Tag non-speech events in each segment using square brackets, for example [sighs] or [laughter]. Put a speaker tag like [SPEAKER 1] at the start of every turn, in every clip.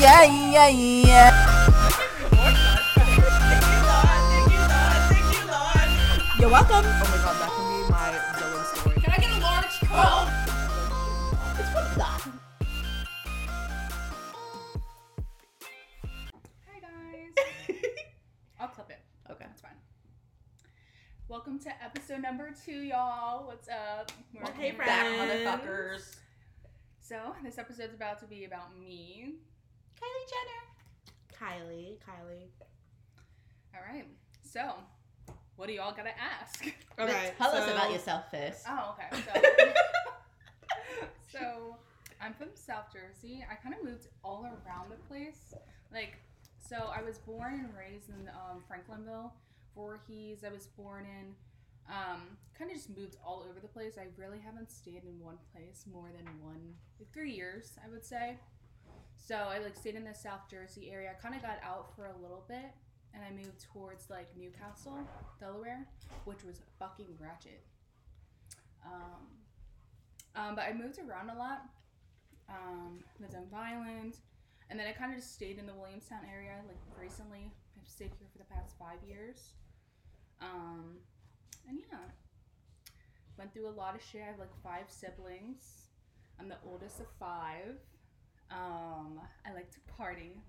[SPEAKER 1] yeah, yeah, yeah. You're welcome.
[SPEAKER 2] Oh my god, that can be my villain story.
[SPEAKER 3] Can I get a large coke? Hi guys. I'll clip it.
[SPEAKER 2] Okay.
[SPEAKER 3] That's fine. Welcome to episode number two, y'all. What's up? We're
[SPEAKER 4] Hey,
[SPEAKER 3] here.
[SPEAKER 4] friends.
[SPEAKER 2] Back motherfuckers.
[SPEAKER 3] So this episode's about to be about me.
[SPEAKER 4] Kylie Jenner. Kylie, Kylie.
[SPEAKER 3] All right. So, what do y'all gotta ask?
[SPEAKER 4] Okay,
[SPEAKER 1] Tell us
[SPEAKER 4] so-
[SPEAKER 1] about yourself first.
[SPEAKER 3] Oh, okay. So, so I'm from South Jersey. I kind of moved all around the place. Like, so I was born and raised in um, Franklinville, Voorhees. I was born in. Um, kind of just moved all over the place. I really haven't stayed in one place more than one, three years, I would say. So I like stayed in the South Jersey area. I kind of got out for a little bit, and I moved towards like Newcastle, Delaware, which was fucking ratchet. Um, um, but I moved around a lot. Um, lived on Long Island, and then I kind of just stayed in the Williamstown area. Like recently, I've stayed here for the past five years. Um, and yeah, went through a lot of shit. I have like five siblings. I'm the oldest of five. Um, I like to party.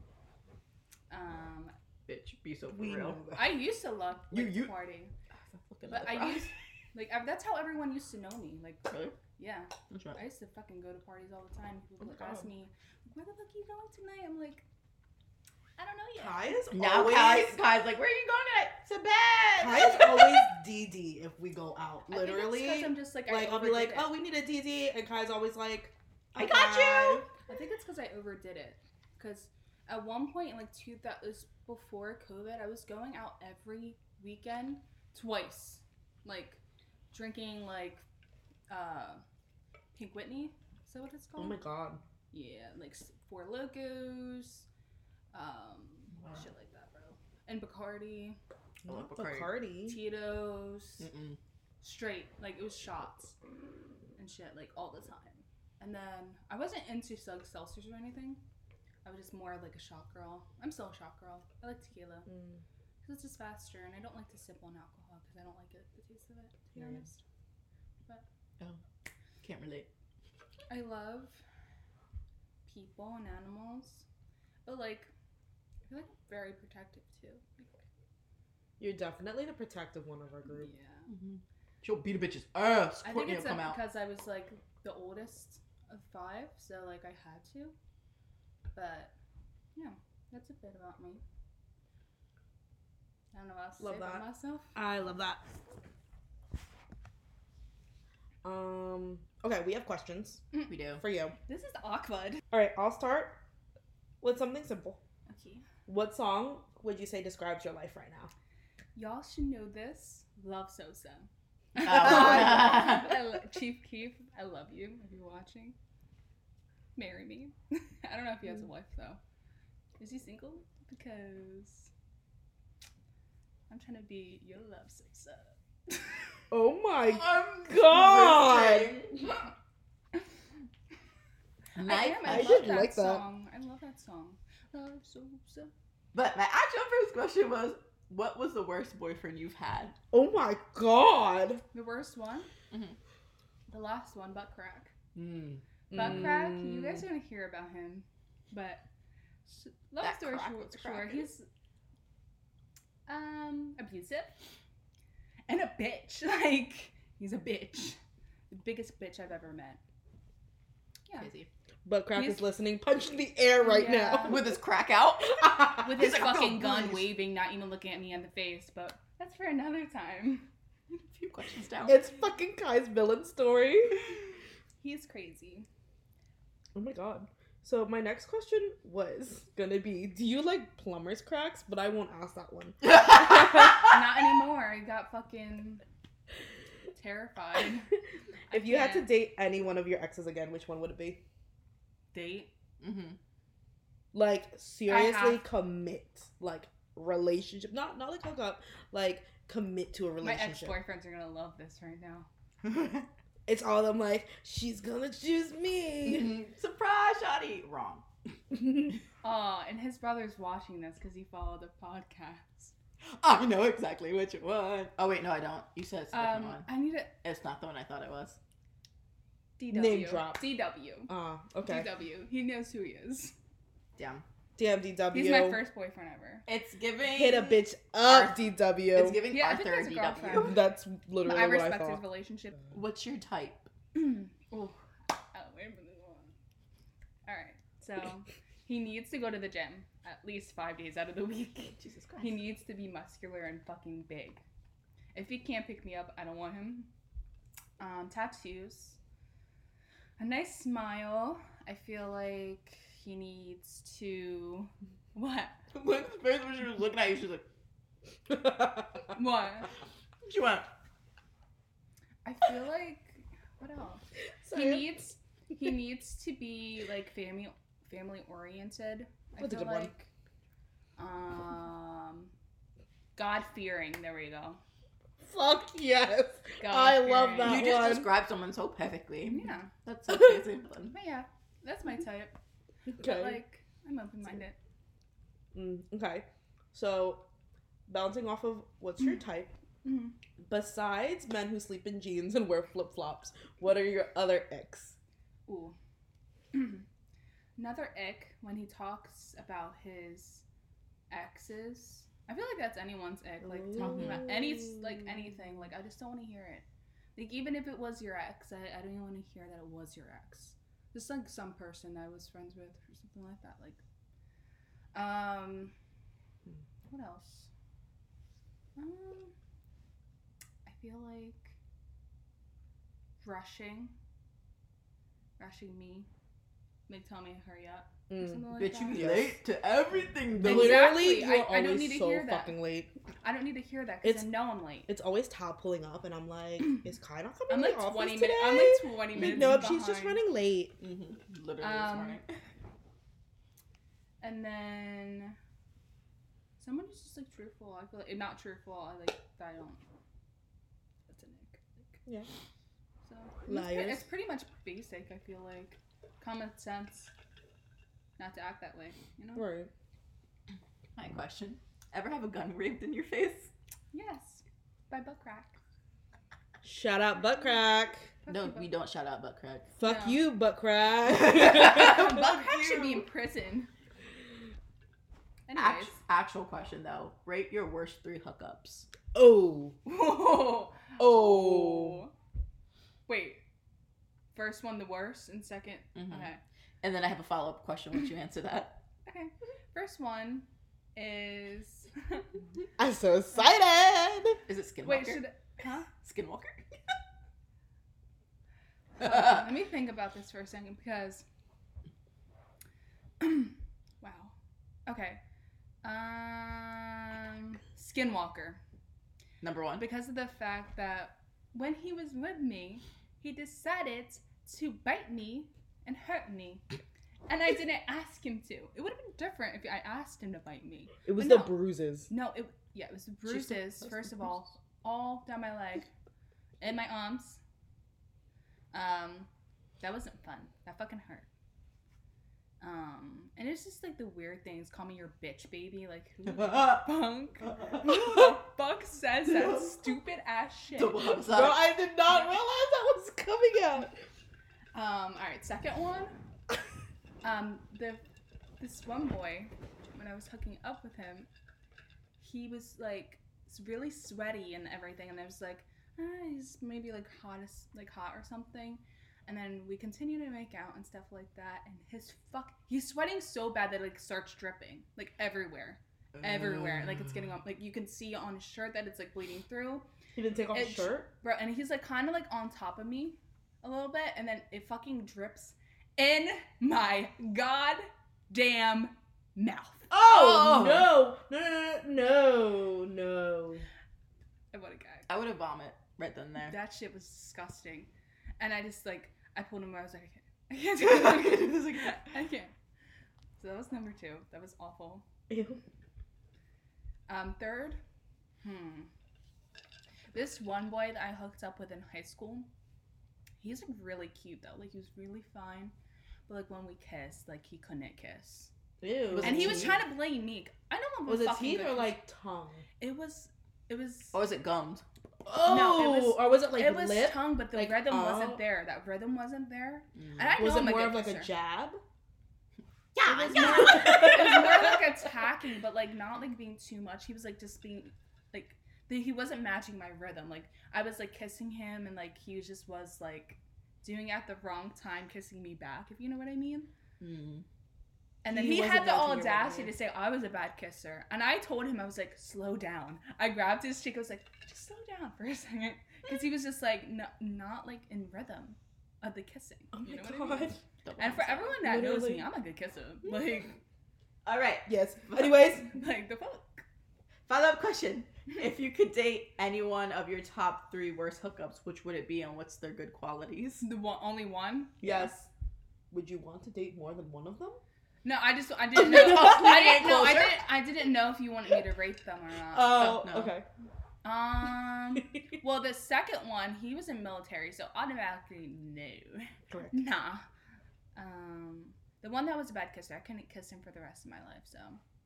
[SPEAKER 3] Um,
[SPEAKER 2] Bitch, be so for
[SPEAKER 4] We
[SPEAKER 2] real.
[SPEAKER 4] know
[SPEAKER 2] [laughs]
[SPEAKER 4] that.
[SPEAKER 3] I used to love
[SPEAKER 2] You-
[SPEAKER 3] like,
[SPEAKER 2] you- [laughs]
[SPEAKER 3] partying,
[SPEAKER 2] fucking
[SPEAKER 3] but
[SPEAKER 2] [laughs]
[SPEAKER 3] I [laughs] used like I, that's how everyone used to know me. Like
[SPEAKER 2] Really?
[SPEAKER 3] yeah.
[SPEAKER 2] That's right.
[SPEAKER 3] I used to fucking go to parties all the time.
[SPEAKER 2] Oh
[SPEAKER 3] People
[SPEAKER 2] my
[SPEAKER 3] would ask
[SPEAKER 2] God.
[SPEAKER 3] me, "Where the fuck you going tonight?" I'm like, "I don't know yet."
[SPEAKER 4] Kai is
[SPEAKER 1] Now
[SPEAKER 4] always
[SPEAKER 1] Kai's, Kai's like, where are you going tonight? To
[SPEAKER 4] Kai
[SPEAKER 1] bed.
[SPEAKER 4] is
[SPEAKER 2] [laughs]
[SPEAKER 4] always DD if we go out.
[SPEAKER 3] I think it's 'cause
[SPEAKER 4] Literally,
[SPEAKER 3] I'm just like, I
[SPEAKER 4] like I'll be like,
[SPEAKER 3] overdid
[SPEAKER 4] oh,
[SPEAKER 3] it.
[SPEAKER 4] we need a DD, and Kai's always like,
[SPEAKER 1] I got you.
[SPEAKER 2] "Oh,
[SPEAKER 4] "Okay."
[SPEAKER 3] I think it's because I overdid it. Because at one point, in like two, that was before COVID. I was going out every weekend twice, like drinking like uh, Pink Whitney. Is that what it's
[SPEAKER 2] Oh
[SPEAKER 3] called?
[SPEAKER 2] my god.
[SPEAKER 3] Yeah, like s- Four Locos, um,
[SPEAKER 2] Wow.
[SPEAKER 3] shit like that, bro. And Bacardi,
[SPEAKER 2] Oh,
[SPEAKER 4] Not
[SPEAKER 2] Bacardi.
[SPEAKER 4] Bacardi.
[SPEAKER 3] Tito's,
[SPEAKER 1] Mm.
[SPEAKER 2] Mm-mm.
[SPEAKER 3] straight, like it was shots and shit, like all the time. And then I wasn't into sug seltzers or anything. I was just more of like a shot girl. I'm still a shot girl. I like tequila
[SPEAKER 4] Mm.
[SPEAKER 3] because it's just faster, and I don't like to sip on alcohol because I don't like it, the taste of it. To be
[SPEAKER 2] Yeah.
[SPEAKER 3] honest,
[SPEAKER 2] Can't relate.
[SPEAKER 3] I love people and animals, but like I feel like I'm very protective too.
[SPEAKER 4] You're definitely the protective one of our group.
[SPEAKER 3] Yeah.
[SPEAKER 2] She'll beat a bitch's ass.
[SPEAKER 3] I think
[SPEAKER 2] Courtney
[SPEAKER 3] it's
[SPEAKER 2] will come
[SPEAKER 3] uh,
[SPEAKER 2] out.
[SPEAKER 3] because I was like the oldest of five, so like I had to. But yeah, that's a bit about me. I don't know what else to
[SPEAKER 4] Love
[SPEAKER 3] say about
[SPEAKER 4] that.
[SPEAKER 3] myself.
[SPEAKER 4] I love that. Um. Okay, we have questions
[SPEAKER 1] Mm-hmm.
[SPEAKER 2] We do.
[SPEAKER 4] for you.
[SPEAKER 3] This is awkward.
[SPEAKER 4] All right, I'll start with something simple.
[SPEAKER 3] Okay.
[SPEAKER 4] What song would you say describes your life right now?
[SPEAKER 3] Y'all should know this. Love Sosa. [laughs]
[SPEAKER 2] Oh.
[SPEAKER 3] I lo- Chief Keef, I love you if you're watching. Marry me. [laughs] I don't know if he has a wife though. Is he single? Because I'm trying to be your love Sosa.
[SPEAKER 4] Oh my!
[SPEAKER 1] Uh,
[SPEAKER 2] I'm
[SPEAKER 4] God.
[SPEAKER 2] ripping.
[SPEAKER 3] I
[SPEAKER 1] My,
[SPEAKER 3] am. I,
[SPEAKER 4] I
[SPEAKER 3] love
[SPEAKER 4] didn't
[SPEAKER 3] that
[SPEAKER 4] like that.
[SPEAKER 3] song. I love that song. Love Sosa.
[SPEAKER 2] But my actual first question was, what was the worst boyfriend you've had?
[SPEAKER 4] Oh my God!
[SPEAKER 3] The worst one.
[SPEAKER 2] Mhm.
[SPEAKER 3] The last one, butt crack.
[SPEAKER 2] Mm.
[SPEAKER 3] Butt crack. You
[SPEAKER 4] Mm.
[SPEAKER 3] guys are gonna hear about him, but s- long
[SPEAKER 2] That
[SPEAKER 3] story
[SPEAKER 2] crack
[SPEAKER 3] short,
[SPEAKER 2] was
[SPEAKER 3] short,
[SPEAKER 2] cracking.
[SPEAKER 3] he's um abusive and a bitch. [laughs] Like he's a bitch, the biggest bitch I've ever met. Yeah,
[SPEAKER 2] Crazy.
[SPEAKER 4] But crack
[SPEAKER 3] He's-
[SPEAKER 4] is listening, punch in the air right
[SPEAKER 3] Yeah.
[SPEAKER 2] With his crack out.
[SPEAKER 4] now.
[SPEAKER 3] [laughs] with
[SPEAKER 2] He's
[SPEAKER 3] his
[SPEAKER 2] like, "Oh,
[SPEAKER 3] fucking gun
[SPEAKER 2] please."
[SPEAKER 3] waving, not even looking at me in the face. But that's for another time. [laughs]
[SPEAKER 2] A few questions down.
[SPEAKER 4] it's fucking Kai's villain story.
[SPEAKER 3] He's crazy.
[SPEAKER 4] Oh my God! So my next question
[SPEAKER 2] [laughs]
[SPEAKER 4] was gonna be, do you like plumber's cracks? But I won't ask that
[SPEAKER 1] [laughs]
[SPEAKER 4] one.
[SPEAKER 3] Not anymore. I
[SPEAKER 2] [laughs]
[SPEAKER 3] got fucking terrified. I
[SPEAKER 4] if you had to
[SPEAKER 3] can't.
[SPEAKER 4] date any one of your exes again, which one would it be?
[SPEAKER 3] date,
[SPEAKER 2] Mhm.
[SPEAKER 4] [laughs]
[SPEAKER 2] [laughs]
[SPEAKER 4] Like seriously,
[SPEAKER 3] have-
[SPEAKER 4] commit. Like relationship, not not like hook up. Like commit to a
[SPEAKER 3] my
[SPEAKER 4] relationship.
[SPEAKER 3] ex-boyfriends are gonna love this right now.
[SPEAKER 4] It's all I'm
[SPEAKER 3] [laughs]
[SPEAKER 4] like, she's gonna choose me.
[SPEAKER 2] Mhm. Surprise, Shotty. Wrong.
[SPEAKER 3] Oh, and his brother's watching this because he followed the podcast.
[SPEAKER 2] I know exactly which one. Oh wait, no, I don't. You said it's a different
[SPEAKER 3] Um,
[SPEAKER 2] one.
[SPEAKER 3] I need a
[SPEAKER 2] It's not the one I thought it was.
[SPEAKER 3] DW.
[SPEAKER 4] Name drop.
[SPEAKER 3] DW.
[SPEAKER 4] Ah, okay.
[SPEAKER 3] DW. He knows who he is.
[SPEAKER 2] Damn.
[SPEAKER 4] Damn DW.
[SPEAKER 3] He's my first boyfriend ever.
[SPEAKER 2] It's giving.
[SPEAKER 4] Hit a bitch up,
[SPEAKER 2] Arth-
[SPEAKER 4] DW.
[SPEAKER 2] It's giving
[SPEAKER 3] Yeah, I think
[SPEAKER 2] Arthur
[SPEAKER 3] there's a
[SPEAKER 2] DW.
[SPEAKER 3] girlfriend.
[SPEAKER 4] That's
[SPEAKER 3] But
[SPEAKER 4] literally
[SPEAKER 3] I
[SPEAKER 4] what I
[SPEAKER 3] respect his
[SPEAKER 4] thought.
[SPEAKER 3] relationship.
[SPEAKER 2] What's your type?
[SPEAKER 4] [laughs]
[SPEAKER 3] oh, I'll wait for this one. All right. So he needs to go to the gym at least five days out of the week.
[SPEAKER 2] Jesus
[SPEAKER 3] He needs to be muscular and fucking big. If he can't pick me up, I don't want him. Um, tattoos. A nice smile. I feel like he needs to. [laughs] What?
[SPEAKER 2] When first when she was looking at you, she was like,
[SPEAKER 4] [laughs]
[SPEAKER 3] What?
[SPEAKER 2] "She went."
[SPEAKER 3] I feel like. What else?
[SPEAKER 4] Sorry.
[SPEAKER 3] He needs. He needs to be like family family oriented. I
[SPEAKER 4] That's a
[SPEAKER 3] feel
[SPEAKER 4] good one.
[SPEAKER 3] like. Um. God fearing. There we go.
[SPEAKER 4] Fuck
[SPEAKER 3] [laughs]
[SPEAKER 4] yes.
[SPEAKER 3] God
[SPEAKER 4] I love that.
[SPEAKER 2] you just
[SPEAKER 4] one.
[SPEAKER 2] described someone so
[SPEAKER 3] [laughs]
[SPEAKER 2] perfectly.
[SPEAKER 3] Yeah.
[SPEAKER 2] That's so crazy.
[SPEAKER 3] But yeah, that's my type.
[SPEAKER 4] Okay.
[SPEAKER 3] But like, I'm open minded.
[SPEAKER 4] Mm, okay. So, bouncing off of what's your type, besides men who sleep in jeans and wear flip flops, what are your other icks?
[SPEAKER 3] Ooh. [clears throat] Another ick when he talks about his exes. I feel like that's anyone's ick. Like talking about any like
[SPEAKER 4] Ooh.
[SPEAKER 3] anything. Like I just don't want to hear it. Like even if it was your ex, I, I don't even want to hear that it was your ex. Just like some person I was friends with or something like that. Like, um, what else? Um, I feel like rushing, rushing me, like tell me to hurry up or
[SPEAKER 4] Mm.
[SPEAKER 3] something like
[SPEAKER 2] Bitch,
[SPEAKER 3] that.
[SPEAKER 2] you
[SPEAKER 4] Yes.
[SPEAKER 2] late to everything, though.
[SPEAKER 3] Exactly.
[SPEAKER 4] Literally, you're
[SPEAKER 3] I- I
[SPEAKER 4] always
[SPEAKER 3] don't need to
[SPEAKER 4] so
[SPEAKER 3] hear that.
[SPEAKER 4] fucking late.
[SPEAKER 3] I don't need to hear that
[SPEAKER 4] It's-
[SPEAKER 3] because I know I'm late.
[SPEAKER 4] It's always Todd pulling up, and I'm
[SPEAKER 3] [clears throat]
[SPEAKER 4] like, is Kai not coming?
[SPEAKER 3] I'm
[SPEAKER 4] to
[SPEAKER 3] like
[SPEAKER 4] the office
[SPEAKER 3] 20
[SPEAKER 4] today?
[SPEAKER 3] minutes. I'm like 20
[SPEAKER 4] Like,
[SPEAKER 3] minutes.
[SPEAKER 4] nope,
[SPEAKER 3] behind.
[SPEAKER 4] she's just running late.
[SPEAKER 2] Mhm. Literally this
[SPEAKER 3] Um,
[SPEAKER 2] morning.
[SPEAKER 3] And then someone who's just like truthful. I feel like eh, not truthful. I like I don't. That's a nick. Like,
[SPEAKER 4] Yeah.
[SPEAKER 3] So and that's pre-
[SPEAKER 4] Liars.
[SPEAKER 3] It's pretty much basic. I feel like common sense. Not to act that way, you know.
[SPEAKER 4] Right.
[SPEAKER 2] My question: Ever have a gun raped in your face?
[SPEAKER 3] Yes. By butt crack.
[SPEAKER 4] Shout out butt crack.
[SPEAKER 3] Fuck
[SPEAKER 2] No,
[SPEAKER 3] you,
[SPEAKER 2] we
[SPEAKER 3] butt-
[SPEAKER 2] don't shout out butt crack.
[SPEAKER 4] Fuck
[SPEAKER 3] No.
[SPEAKER 4] you, butt crack. [laughs]
[SPEAKER 3] [laughs] Butt
[SPEAKER 2] Fuck
[SPEAKER 3] crack should be
[SPEAKER 2] you.
[SPEAKER 3] in prison. Anyways.
[SPEAKER 2] Act- actual question though. Rate your worst three hookups.
[SPEAKER 4] oh,
[SPEAKER 2] [laughs]
[SPEAKER 4] oh.
[SPEAKER 3] Oh. Wait. First one the worst, and 2nd
[SPEAKER 2] Mhm.
[SPEAKER 3] okay.
[SPEAKER 2] And then I have a follow up question once you answer that.
[SPEAKER 3] Okay. First one
[SPEAKER 2] [laughs]
[SPEAKER 3] is
[SPEAKER 4] I'm so excited.
[SPEAKER 2] Is it Skinwalker?
[SPEAKER 3] [laughs] wait should huh?
[SPEAKER 2] [laughs] Skinwalker?
[SPEAKER 3] Hold on, let me think about this for a second because [clears throat] wow. Okay. Um Skinwalker.
[SPEAKER 2] Number
[SPEAKER 3] [laughs]
[SPEAKER 2] one. [laughs]
[SPEAKER 3] Because of the fact that when he was with me, he decided to bite me and hurt me. And I didn't ask him to. It would have been different if I asked him to bite me.
[SPEAKER 4] It was
[SPEAKER 3] No.
[SPEAKER 4] the
[SPEAKER 3] [laughs]
[SPEAKER 4] bruises.
[SPEAKER 3] No, it yeah, it was the
[SPEAKER 2] She's the-
[SPEAKER 3] bruises,
[SPEAKER 2] that's
[SPEAKER 3] first
[SPEAKER 2] the
[SPEAKER 3] of all, all down my leg. And my arms. Um that wasn't fun. That fucking hurt. Um and it's just like the weird things. Call me your bitch baby, like who
[SPEAKER 1] [laughs]
[SPEAKER 3] the funk? Who the fuck says that stupid ass shit?
[SPEAKER 2] Double
[SPEAKER 3] [laughs] Um,
[SPEAKER 2] thumbs up.
[SPEAKER 4] Bro, I did not realize that was coming out.
[SPEAKER 3] all right, second one. Um, the this one boy, when I was hooking up with him, he was like s- really sweaty and everything, and I was like, ah, he's maybe like hot, as, like hot or something. And then we continue to make out and stuff like that. And his fuck, he's sweating so bad that it, like starts dripping like everywhere, everywhere. Like it's getting on, like you can see on his shirt that it's like bleeding through.
[SPEAKER 4] He didn't take off his
[SPEAKER 3] It-
[SPEAKER 4] shirt.
[SPEAKER 3] Bro, and he's like kind of like on top of me a little bit, and then it fucking drips in my goddamn mouth.
[SPEAKER 2] Oh,
[SPEAKER 4] no, no, no, no, no.
[SPEAKER 3] I would have gagged.
[SPEAKER 2] I would have vomit right then and there.
[SPEAKER 3] That shit was disgusting. And I just like, I pulled him away. I was like, I can't. I
[SPEAKER 2] I
[SPEAKER 3] can't
[SPEAKER 2] can't
[SPEAKER 3] do
[SPEAKER 2] do
[SPEAKER 3] this
[SPEAKER 2] this
[SPEAKER 3] again.
[SPEAKER 2] again.
[SPEAKER 3] I can't. So that was number two. That was awful.
[SPEAKER 4] Ew.
[SPEAKER 3] Um, third, hmm. This one boy that I hooked up with in high school, he's like really cute though. Like he was really fine, but like when we kissed, like he couldn't kiss.
[SPEAKER 4] Ew.
[SPEAKER 2] Was
[SPEAKER 3] and
[SPEAKER 2] it
[SPEAKER 3] he was
[SPEAKER 2] teeth?
[SPEAKER 3] trying to blame me. I know
[SPEAKER 4] Was it teeth or like tongue?
[SPEAKER 3] it was it was
[SPEAKER 2] Or was it gums?
[SPEAKER 4] Oh,
[SPEAKER 3] No, it was-
[SPEAKER 4] or was it like
[SPEAKER 3] it was
[SPEAKER 4] lip?
[SPEAKER 3] tongue, but the
[SPEAKER 4] Like,
[SPEAKER 3] rhythm
[SPEAKER 4] oh.
[SPEAKER 3] wasn't there. That rhythm wasn't there. And I
[SPEAKER 4] was
[SPEAKER 3] know
[SPEAKER 4] it
[SPEAKER 3] I'm
[SPEAKER 4] more
[SPEAKER 3] a
[SPEAKER 4] of
[SPEAKER 3] good
[SPEAKER 4] like a
[SPEAKER 3] kisser.
[SPEAKER 4] jab?
[SPEAKER 1] Yeah,
[SPEAKER 3] was
[SPEAKER 1] yeah.
[SPEAKER 3] it [laughs] was
[SPEAKER 4] [laughs]
[SPEAKER 3] more like attacking, but like not like being too much. He was like just being like the, he wasn't matching my rhythm. Like I was like kissing him, and like he just was like doing it at the wrong time, kissing me back. If you know what I mean.
[SPEAKER 2] Mm.
[SPEAKER 3] And then
[SPEAKER 4] He
[SPEAKER 3] he,
[SPEAKER 4] wasn't
[SPEAKER 3] had the
[SPEAKER 4] matching your
[SPEAKER 3] audacity
[SPEAKER 4] rhythm.
[SPEAKER 3] to say I was a bad kisser, and I told him I was like, slow down. I grabbed his cheek. I was like, just slow down for
[SPEAKER 4] [laughs]
[SPEAKER 3] a second, because he was just like no, not like in rhythm of the kissing.
[SPEAKER 4] Oh
[SPEAKER 3] You
[SPEAKER 4] my [laughs]
[SPEAKER 3] know what I mean?
[SPEAKER 4] god.
[SPEAKER 3] And for everyone that knows
[SPEAKER 4] Literally.
[SPEAKER 3] me, I'm a good kisser. Like, [laughs]
[SPEAKER 2] All right. [laughs]
[SPEAKER 4] Yes. Anyways,
[SPEAKER 3] like the fuck.
[SPEAKER 2] Follow up question. If you could date any one of your top three worst hookups, which would it be and what's their good qualities?
[SPEAKER 3] The one, only one?
[SPEAKER 4] yes. Would you want to date more than one of them?
[SPEAKER 3] No, I just
[SPEAKER 4] Oh
[SPEAKER 3] I didn't know.
[SPEAKER 4] No,
[SPEAKER 3] I
[SPEAKER 4] we [laughs] ain't
[SPEAKER 3] didn't know. I
[SPEAKER 4] closer.
[SPEAKER 3] didn't. I didn't know if you wanted me to rate them or not.
[SPEAKER 4] Oh,
[SPEAKER 2] Uh, no. [laughs]
[SPEAKER 4] okay.
[SPEAKER 3] um. Well, the second one, he was in military, so automatically no.
[SPEAKER 4] Correct.
[SPEAKER 3] [laughs] Nah. Um. The one that was a bad kisser, I couldn't kiss him for the rest of my life. So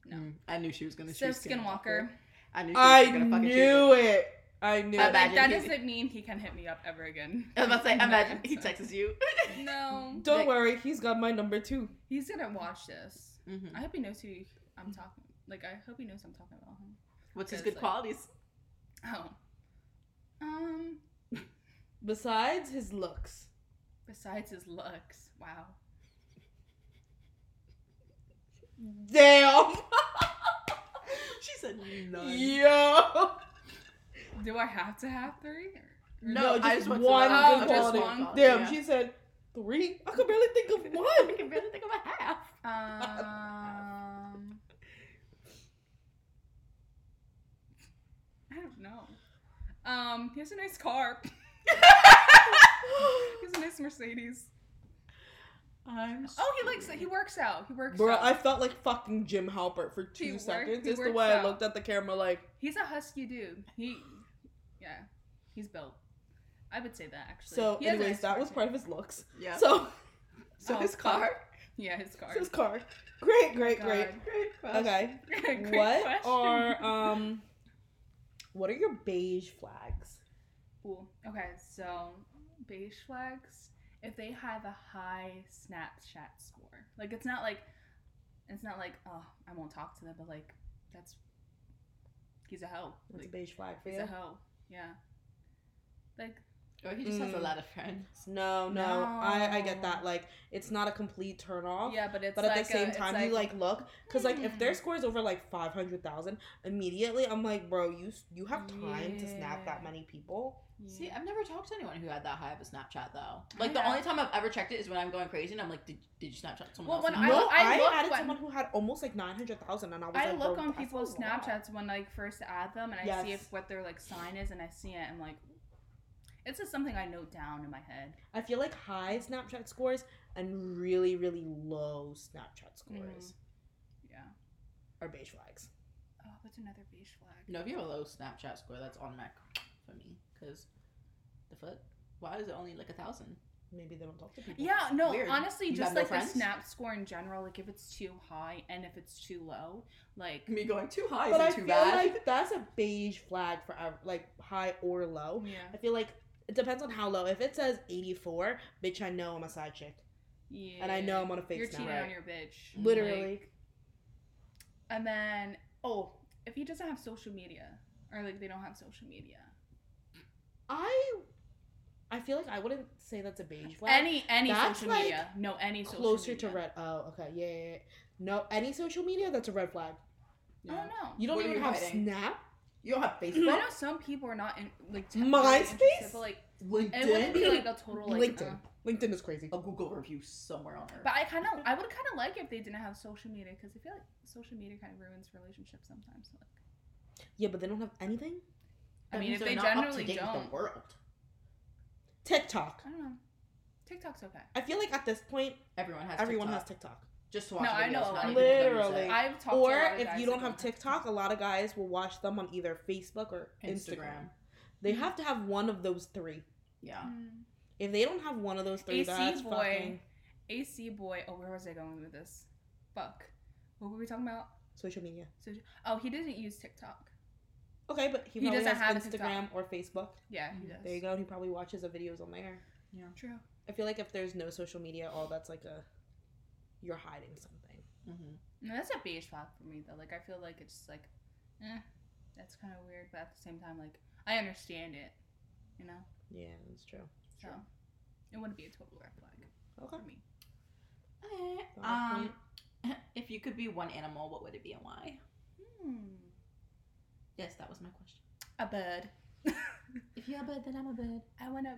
[SPEAKER 3] no.
[SPEAKER 2] Mm, I knew she was gonna
[SPEAKER 3] so
[SPEAKER 2] choose
[SPEAKER 3] Skinwalker.
[SPEAKER 2] I knew she was
[SPEAKER 4] I
[SPEAKER 2] gonna fucking choose
[SPEAKER 4] knew it. I knew
[SPEAKER 3] But,
[SPEAKER 4] it.
[SPEAKER 3] like,
[SPEAKER 2] Imagine
[SPEAKER 3] that
[SPEAKER 2] he-
[SPEAKER 3] doesn't mean he can hit me up ever again.
[SPEAKER 2] I was
[SPEAKER 3] [laughs]
[SPEAKER 2] about to say, imagine he
[SPEAKER 3] So-
[SPEAKER 2] texts
[SPEAKER 3] [laughs]
[SPEAKER 2] you.
[SPEAKER 3] No.
[SPEAKER 4] Don't
[SPEAKER 2] like-
[SPEAKER 4] worry, he's got my number too.
[SPEAKER 3] He's gonna watch this.
[SPEAKER 2] Mhm.
[SPEAKER 3] I hope he knows who I'm talking. Like I hope he knows I'm talking about him.
[SPEAKER 2] What's his
[SPEAKER 3] Because,
[SPEAKER 2] good
[SPEAKER 3] like-
[SPEAKER 2] qualities? [laughs]
[SPEAKER 3] Oh. Um.
[SPEAKER 4] Besides his looks,
[SPEAKER 3] Besides his looks, wow.
[SPEAKER 4] damn,
[SPEAKER 2] She said none.
[SPEAKER 4] [laughs] yo,
[SPEAKER 3] Do I have to have three? or- or
[SPEAKER 4] No, just
[SPEAKER 2] want
[SPEAKER 4] one
[SPEAKER 2] know-
[SPEAKER 3] good
[SPEAKER 2] I just
[SPEAKER 3] quality.
[SPEAKER 2] want-
[SPEAKER 4] damn.
[SPEAKER 2] yeah.
[SPEAKER 4] She said three. I could barely think of one.
[SPEAKER 2] [laughs] I can barely think of a half.
[SPEAKER 3] Um. I don't know. Um, he has a nice car. [laughs] he has a nice Mercedes.
[SPEAKER 2] I'm
[SPEAKER 3] Oh, he likes it. He works out. He works
[SPEAKER 4] Bro,
[SPEAKER 3] out.
[SPEAKER 4] I felt like fucking Jim Halpert for
[SPEAKER 3] He
[SPEAKER 4] two
[SPEAKER 3] work-
[SPEAKER 4] seconds.
[SPEAKER 3] he
[SPEAKER 4] It's the
[SPEAKER 3] works
[SPEAKER 4] way I
[SPEAKER 3] out.
[SPEAKER 4] looked at the camera, like,
[SPEAKER 3] He's a husky dude. He, yeah, he's built. I would say that actually.
[SPEAKER 4] so,
[SPEAKER 3] He has a
[SPEAKER 4] anyways,
[SPEAKER 3] nice
[SPEAKER 4] that
[SPEAKER 3] car,
[SPEAKER 4] was
[SPEAKER 3] too.
[SPEAKER 4] part of his looks.
[SPEAKER 2] Yeah. So,
[SPEAKER 4] So, [laughs]
[SPEAKER 3] Oh,
[SPEAKER 2] his
[SPEAKER 3] fuck.
[SPEAKER 2] car.
[SPEAKER 3] Yeah, his car.
[SPEAKER 4] so his car. Great, great,
[SPEAKER 3] God.
[SPEAKER 4] great.
[SPEAKER 2] Great question.
[SPEAKER 4] Okay.
[SPEAKER 3] [laughs] Great
[SPEAKER 4] what
[SPEAKER 3] question. [laughs]
[SPEAKER 4] are, um, what are your beige flags?
[SPEAKER 3] Cool. Okay, so beige flags, if they have a high Snapchat score, like it's not like, it's not like oh I won't talk to them, but like that's he's a hoe.
[SPEAKER 4] What's a
[SPEAKER 3] Like,
[SPEAKER 4] beige flag for
[SPEAKER 3] he's
[SPEAKER 4] you?
[SPEAKER 3] a hoe. Yeah. Like
[SPEAKER 2] Or Oh, he just has a
[SPEAKER 4] Mm.
[SPEAKER 2] lot of friends.
[SPEAKER 4] No, no, I, I get
[SPEAKER 3] No.
[SPEAKER 4] that. Like, it's not a complete turn off.
[SPEAKER 3] yeah, but it's
[SPEAKER 4] But
[SPEAKER 3] like
[SPEAKER 4] at the same
[SPEAKER 3] a, it's
[SPEAKER 4] time,
[SPEAKER 3] like,
[SPEAKER 4] you like look because like if
[SPEAKER 3] hmm.
[SPEAKER 4] their score is over like five hundred thousand, immediately I'm like, bro, you s- you have time to snap that
[SPEAKER 3] Yeah.
[SPEAKER 4] many people.
[SPEAKER 3] yeah.
[SPEAKER 1] See, I've never talked to anyone who had that high of a Snapchat though. Like the
[SPEAKER 3] have.
[SPEAKER 1] only time I've ever checked it is when I'm going crazy and I'm like, did, did you Snapchat someone
[SPEAKER 3] Well,
[SPEAKER 1] else?
[SPEAKER 3] when
[SPEAKER 1] And
[SPEAKER 3] I
[SPEAKER 1] I'm like,
[SPEAKER 4] no,
[SPEAKER 3] look-
[SPEAKER 4] I,
[SPEAKER 3] look
[SPEAKER 4] had
[SPEAKER 3] when-
[SPEAKER 4] someone who had almost like nine hundred thousand, and I was like,
[SPEAKER 3] I look
[SPEAKER 4] bro,
[SPEAKER 3] on
[SPEAKER 4] that's
[SPEAKER 3] people's
[SPEAKER 4] a lot.
[SPEAKER 3] Snapchats when like first add them, and I see
[SPEAKER 4] Yes.
[SPEAKER 3] if what their like sign is, and I see it. I'm like, it's just something I note down in my head.
[SPEAKER 4] I feel like high Snapchat scores and really really low Snapchat scores
[SPEAKER 3] Yeah. Mm.
[SPEAKER 4] are beige flags.
[SPEAKER 3] Oh, what's another beige flag?
[SPEAKER 1] no, if you have a low Snapchat score, that's automatic for me because the foot. Why is it only like a thousand?
[SPEAKER 4] Maybe they don't talk to people.
[SPEAKER 3] Yeah, no.
[SPEAKER 1] Weird.
[SPEAKER 3] Honestly,
[SPEAKER 1] You
[SPEAKER 3] just
[SPEAKER 1] have no
[SPEAKER 3] like the
[SPEAKER 1] friends?
[SPEAKER 3] snap score in general. Like if it's too high and if it's too low, like
[SPEAKER 2] Me going too high
[SPEAKER 4] but I
[SPEAKER 2] isn't
[SPEAKER 4] feel
[SPEAKER 2] too bad.
[SPEAKER 4] like that's a beige flag for ev- like high or low.
[SPEAKER 3] yeah,
[SPEAKER 4] I feel like it depends on how low. If it says 84, bitch, I know I'm a side chick.
[SPEAKER 3] yeah.
[SPEAKER 4] And I know I'm on a fake
[SPEAKER 3] you're
[SPEAKER 4] Snap.
[SPEAKER 3] cheating on
[SPEAKER 4] Right.
[SPEAKER 3] your bitch.
[SPEAKER 4] Literally.
[SPEAKER 3] Like, and then oh, if he doesn't have social media or like they don't have social media,
[SPEAKER 4] I I feel like I wouldn't say that's a beige flag.
[SPEAKER 3] any any
[SPEAKER 4] that's,
[SPEAKER 3] social
[SPEAKER 4] like,
[SPEAKER 3] media, no any social
[SPEAKER 4] closer to
[SPEAKER 3] media.
[SPEAKER 4] red. Oh, okay. Yeah, yeah, yeah. No, any social media, that's a red flag.
[SPEAKER 3] I
[SPEAKER 2] Yeah.
[SPEAKER 3] don't know.
[SPEAKER 4] You don't
[SPEAKER 2] What are
[SPEAKER 4] even
[SPEAKER 2] you
[SPEAKER 4] have
[SPEAKER 2] hiding?
[SPEAKER 4] Snap.
[SPEAKER 2] You don't have
[SPEAKER 3] I
[SPEAKER 2] Facebook,
[SPEAKER 3] know some people are not in like
[SPEAKER 4] MySpace?
[SPEAKER 3] technically interested, but like it wouldn't be
[SPEAKER 2] LinkedIn,
[SPEAKER 3] like a total like.
[SPEAKER 4] LinkedIn.
[SPEAKER 3] uh,
[SPEAKER 4] LinkedIn is crazy.
[SPEAKER 1] A Google review somewhere on earth.
[SPEAKER 3] but I kind of I would kind of like if they didn't have social media because I feel like social media kind of ruins relationships sometimes. Like,
[SPEAKER 4] Yeah, but they don't have anything.
[SPEAKER 3] I
[SPEAKER 1] That
[SPEAKER 3] mean,
[SPEAKER 1] means
[SPEAKER 3] if
[SPEAKER 1] they're
[SPEAKER 3] they
[SPEAKER 1] not up to
[SPEAKER 3] generally
[SPEAKER 1] date with
[SPEAKER 3] don't,
[SPEAKER 1] the world.
[SPEAKER 4] TikTok.
[SPEAKER 3] I don't know. TikTok's okay.
[SPEAKER 4] I feel like at this point,
[SPEAKER 1] Everyone has.
[SPEAKER 4] everyone
[SPEAKER 1] TikTok.
[SPEAKER 4] has TikTok.
[SPEAKER 1] Just to watch.
[SPEAKER 3] No, I
[SPEAKER 1] videos,
[SPEAKER 3] know a
[SPEAKER 1] not
[SPEAKER 3] lot of
[SPEAKER 1] even
[SPEAKER 4] people
[SPEAKER 1] to
[SPEAKER 4] Literally.
[SPEAKER 1] music.
[SPEAKER 3] I've talked. to a
[SPEAKER 4] or
[SPEAKER 3] lot of
[SPEAKER 4] if
[SPEAKER 3] guys
[SPEAKER 4] you
[SPEAKER 3] that
[SPEAKER 4] don't have TikTok, a lot of guys will watch them on either Facebook or Instagram.
[SPEAKER 1] Instagram.
[SPEAKER 4] They have to have one of those three.
[SPEAKER 1] Yeah.
[SPEAKER 3] Mm.
[SPEAKER 4] If they don't have one of those three,
[SPEAKER 3] AC
[SPEAKER 4] that's
[SPEAKER 3] boy.
[SPEAKER 4] fucking.
[SPEAKER 3] AC boy. Oh, where was I going with this? Fuck. What were we talking about?
[SPEAKER 4] Social media.
[SPEAKER 3] So, oh, he didn't use TikTok.
[SPEAKER 4] Okay, but he,
[SPEAKER 3] He
[SPEAKER 4] probably
[SPEAKER 3] doesn't
[SPEAKER 4] has
[SPEAKER 3] have a
[SPEAKER 4] Instagram or Facebook.
[SPEAKER 3] Yeah, he does.
[SPEAKER 4] Mm, There you go. He probably watches the videos on there.
[SPEAKER 3] True.
[SPEAKER 4] I feel like if there's no social media, all that's like a you're hiding something.
[SPEAKER 1] Mm-hmm.
[SPEAKER 3] No, that's a beige flag for me though. Like I feel like it's like, eh, that's kind of weird, but at the same time, like I understand it, you know.
[SPEAKER 4] Yeah, that's true.
[SPEAKER 3] So it wouldn't be a total red flag
[SPEAKER 4] Okay.
[SPEAKER 3] for me.
[SPEAKER 1] Um, [laughs] if you could be one animal, what would it be and why?
[SPEAKER 3] Hmm.
[SPEAKER 1] Yes, that was my question.
[SPEAKER 3] A bird.
[SPEAKER 1] If you're a bird, then I'm a bird.
[SPEAKER 3] I want to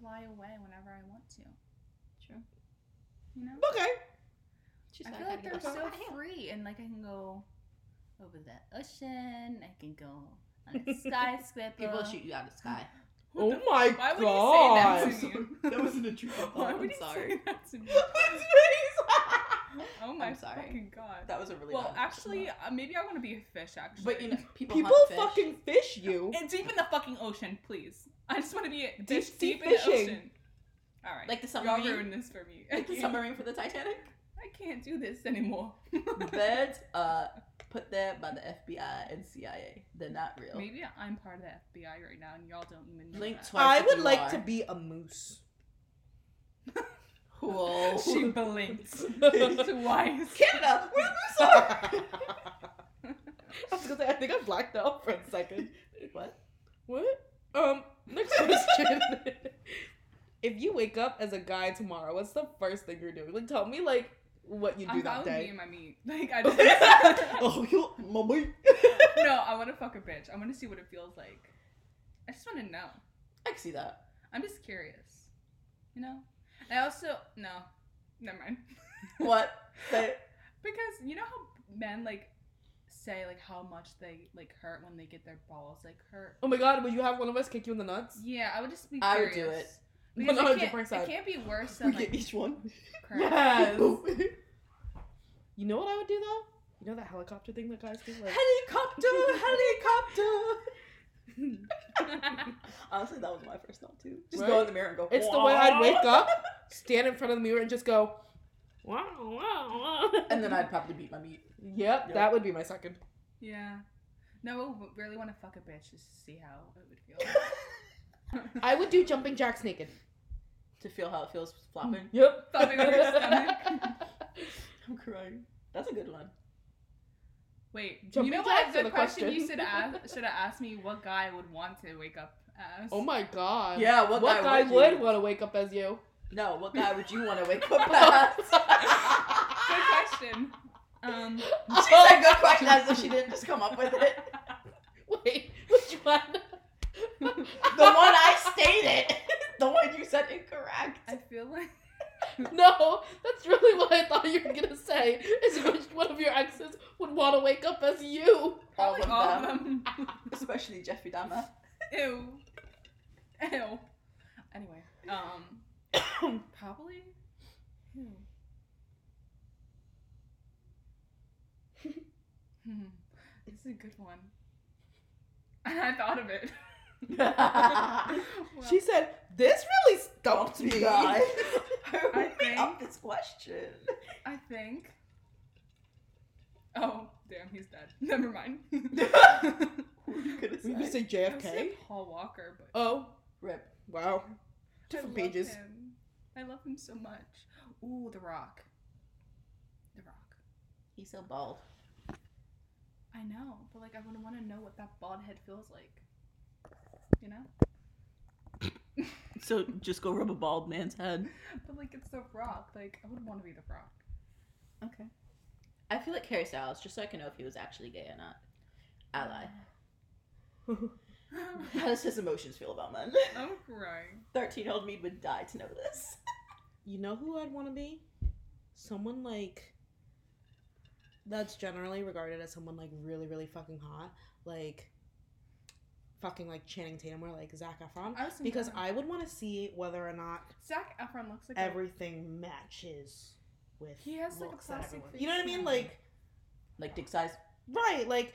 [SPEAKER 3] fly away whenever I want to.
[SPEAKER 1] True.
[SPEAKER 3] You know.
[SPEAKER 4] Okay.
[SPEAKER 1] She's
[SPEAKER 3] I
[SPEAKER 1] like,
[SPEAKER 3] feel like
[SPEAKER 1] gotta
[SPEAKER 3] they're
[SPEAKER 1] get up
[SPEAKER 3] so
[SPEAKER 1] out of here.
[SPEAKER 3] free, and like I can go over the ocean. I can go on a skyscraper.
[SPEAKER 1] [laughs] People shoot you out of the sky.
[SPEAKER 4] Oh my
[SPEAKER 3] Why would
[SPEAKER 4] god.
[SPEAKER 3] you say that to me?
[SPEAKER 1] [laughs] that wasn't a true thought.
[SPEAKER 3] Why would
[SPEAKER 1] I'm
[SPEAKER 3] you
[SPEAKER 1] sorry.
[SPEAKER 3] say
[SPEAKER 4] [laughs]
[SPEAKER 3] that to me? Oh my
[SPEAKER 1] I'm sorry.
[SPEAKER 3] fucking god.
[SPEAKER 1] That was a really
[SPEAKER 3] well,
[SPEAKER 1] bad
[SPEAKER 3] actually,
[SPEAKER 1] thought.
[SPEAKER 3] uh, maybe I want to be a fish. Actually,
[SPEAKER 1] but you [laughs]
[SPEAKER 3] [laughs]
[SPEAKER 1] know, people,
[SPEAKER 4] People
[SPEAKER 1] hunt fish.
[SPEAKER 4] fucking fish you.
[SPEAKER 3] And deep in the fucking ocean, please. I just want to be deep,
[SPEAKER 4] Deep
[SPEAKER 3] deep,
[SPEAKER 4] sea
[SPEAKER 3] in the
[SPEAKER 4] fishing.
[SPEAKER 3] ocean. All right,
[SPEAKER 1] Like the
[SPEAKER 3] y'all
[SPEAKER 1] submarine?
[SPEAKER 3] ruined this for me. [laughs] I
[SPEAKER 1] like [laughs] the
[SPEAKER 3] can't,
[SPEAKER 1] submarine for the Titanic.
[SPEAKER 3] I can't do this anymore. [laughs]
[SPEAKER 1] Birds are uh, put there by the FBI and CIA. They're not real.
[SPEAKER 3] Maybe I'm part of the FBI right now, and y'all don't even know.
[SPEAKER 1] Blink
[SPEAKER 3] that.
[SPEAKER 1] twice.
[SPEAKER 4] I
[SPEAKER 1] if
[SPEAKER 4] would
[SPEAKER 1] you
[SPEAKER 4] like
[SPEAKER 1] are.
[SPEAKER 4] to be a
[SPEAKER 3] [laughs]
[SPEAKER 4] moose. [laughs]
[SPEAKER 1] [laughs] Whoa.
[SPEAKER 3] She
[SPEAKER 1] [laughs]
[SPEAKER 3] [laughs] blinked twice.
[SPEAKER 4] Canada, where the moose are? I was gonna say, I think I blacked out for a second.
[SPEAKER 1] What?
[SPEAKER 4] What? Um,
[SPEAKER 1] [laughs]
[SPEAKER 4] next question. if you wake up as a guy tomorrow, what's the first thing you're doing? Like, tell me, like, what you do
[SPEAKER 3] I'm
[SPEAKER 4] that
[SPEAKER 3] probably
[SPEAKER 4] day.
[SPEAKER 3] eating my meat. Like
[SPEAKER 1] [laughs]
[SPEAKER 3] I just [laughs]
[SPEAKER 4] oh, you, mommy.
[SPEAKER 3] no. I want to fuck a bitch. I want to see what it feels like. I just want to know.
[SPEAKER 1] I can see that.
[SPEAKER 3] I'm just curious. You know? I also no. Never mind. [laughs]
[SPEAKER 1] What? [laughs] Say-
[SPEAKER 3] Because you know how men like say like how much they like hurt when they get their balls like hurt?
[SPEAKER 4] Oh my god, would you have one of us kick you in the nuts?
[SPEAKER 3] Yeah, I would just be
[SPEAKER 1] I would
[SPEAKER 3] curious.
[SPEAKER 1] do it.
[SPEAKER 3] Because it, can't,
[SPEAKER 4] 100%.
[SPEAKER 3] it can't be
[SPEAKER 1] [laughs]
[SPEAKER 3] worse
[SPEAKER 1] we
[SPEAKER 3] than
[SPEAKER 1] get
[SPEAKER 3] like
[SPEAKER 1] each one.
[SPEAKER 3] current.
[SPEAKER 1] [laughs] Yes.
[SPEAKER 4] [laughs] You know what I would do though? You know that helicopter thing that guys do? Like,
[SPEAKER 1] helicopter, helicopter.
[SPEAKER 3] [laughs]
[SPEAKER 1] Honestly, that was my first thought too. Just
[SPEAKER 4] Right?
[SPEAKER 1] go in the mirror and go.
[SPEAKER 4] it's the way I'd wake
[SPEAKER 1] [laughs]
[SPEAKER 4] up, stand in front of the mirror, and just go, wow, wow, wow.
[SPEAKER 1] And then I'd probably beat my meat. [laughs]
[SPEAKER 4] Yep, that would be my second.
[SPEAKER 3] yeah. No, I would really want to fuck a bitch just to see how it would feel.
[SPEAKER 4] [laughs] I would do jumping jacks naked.
[SPEAKER 1] To feel how it feels
[SPEAKER 4] [laughs]
[SPEAKER 1] flopping.
[SPEAKER 4] Yep.
[SPEAKER 3] Flopping on your stomach.
[SPEAKER 1] I'm crying. That's a good one.
[SPEAKER 3] Wait,
[SPEAKER 4] Jumping
[SPEAKER 3] you know what?
[SPEAKER 4] jacks
[SPEAKER 3] A
[SPEAKER 4] are the
[SPEAKER 3] good question.
[SPEAKER 4] question.
[SPEAKER 3] You should ask. Should have asked me what guy I would want to wake up as.
[SPEAKER 4] oh my god.
[SPEAKER 1] Yeah,
[SPEAKER 4] What,
[SPEAKER 1] what,
[SPEAKER 4] guy,
[SPEAKER 1] guy, you-
[SPEAKER 4] would want to wake up as you?
[SPEAKER 1] No, what guy would you want to wake up as?
[SPEAKER 3] Good question. Um,
[SPEAKER 1] She said good question as if she didn't just come up with it.
[SPEAKER 4] [laughs] Wait, which one? [laughs]
[SPEAKER 1] The one I stated. [laughs] The one you said incorrect.
[SPEAKER 3] I feel like
[SPEAKER 4] No, that's really what I thought you were gonna say. Is which one of your exes would want to wake up as you?
[SPEAKER 1] All
[SPEAKER 3] probably
[SPEAKER 1] of
[SPEAKER 3] all of
[SPEAKER 1] them.
[SPEAKER 3] them. [laughs]
[SPEAKER 1] Especially Jeffrey Dahmer. [laughs]
[SPEAKER 3] Ew. Ew. Anyway, um, probably. Hmm. Hmm. this is a good one. [laughs] I thought of it. Well,
[SPEAKER 4] [laughs] She said, "This really stumped [laughs] me."
[SPEAKER 1] guys.
[SPEAKER 3] I
[SPEAKER 1] I
[SPEAKER 3] think-
[SPEAKER 1] up this question.
[SPEAKER 3] I think. Oh damn, he's dead. [laughs] Never mind.
[SPEAKER 1] [laughs] Who are you gonna
[SPEAKER 4] We could say
[SPEAKER 1] say?
[SPEAKER 3] I was saying
[SPEAKER 4] JFK.
[SPEAKER 3] Paul Walker, but
[SPEAKER 4] Oh,
[SPEAKER 1] Rip.
[SPEAKER 4] wow.
[SPEAKER 3] I
[SPEAKER 4] Different
[SPEAKER 3] love
[SPEAKER 4] pages.
[SPEAKER 3] Him. I love him so much. Ooh, The Rock. The Rock.
[SPEAKER 1] He's so bald.
[SPEAKER 3] I know, but like I would want to know what that bald head feels like. You know?
[SPEAKER 1] So just go rub a bald man's head.
[SPEAKER 3] But like it's the rock. Like I would want to be the
[SPEAKER 4] [laughs]
[SPEAKER 3] rock.
[SPEAKER 1] Okay. I feel like Harry Styles, just so I can know if he was actually gay or not. Ally. [laughs]
[SPEAKER 4] [laughs]
[SPEAKER 3] Oh,
[SPEAKER 1] How does his emotions feel about men?
[SPEAKER 3] I'm crying.
[SPEAKER 1] 13 year old me would die to know this.
[SPEAKER 4] You know who I'd want to be? Someone like that's generally regarded as someone like really, really fucking hot, like fucking like Channing Tatum or like Zach Efron.
[SPEAKER 3] I was thinking
[SPEAKER 4] Because
[SPEAKER 3] about-
[SPEAKER 4] I would want to see whether or not
[SPEAKER 3] Zac Efron looks like a,
[SPEAKER 4] everything matches with
[SPEAKER 3] he has like a
[SPEAKER 4] looks that
[SPEAKER 3] plastic
[SPEAKER 4] everyone-
[SPEAKER 3] face.
[SPEAKER 4] You know what I mean?
[SPEAKER 3] now.
[SPEAKER 4] Like
[SPEAKER 1] Like dick size.
[SPEAKER 4] right, like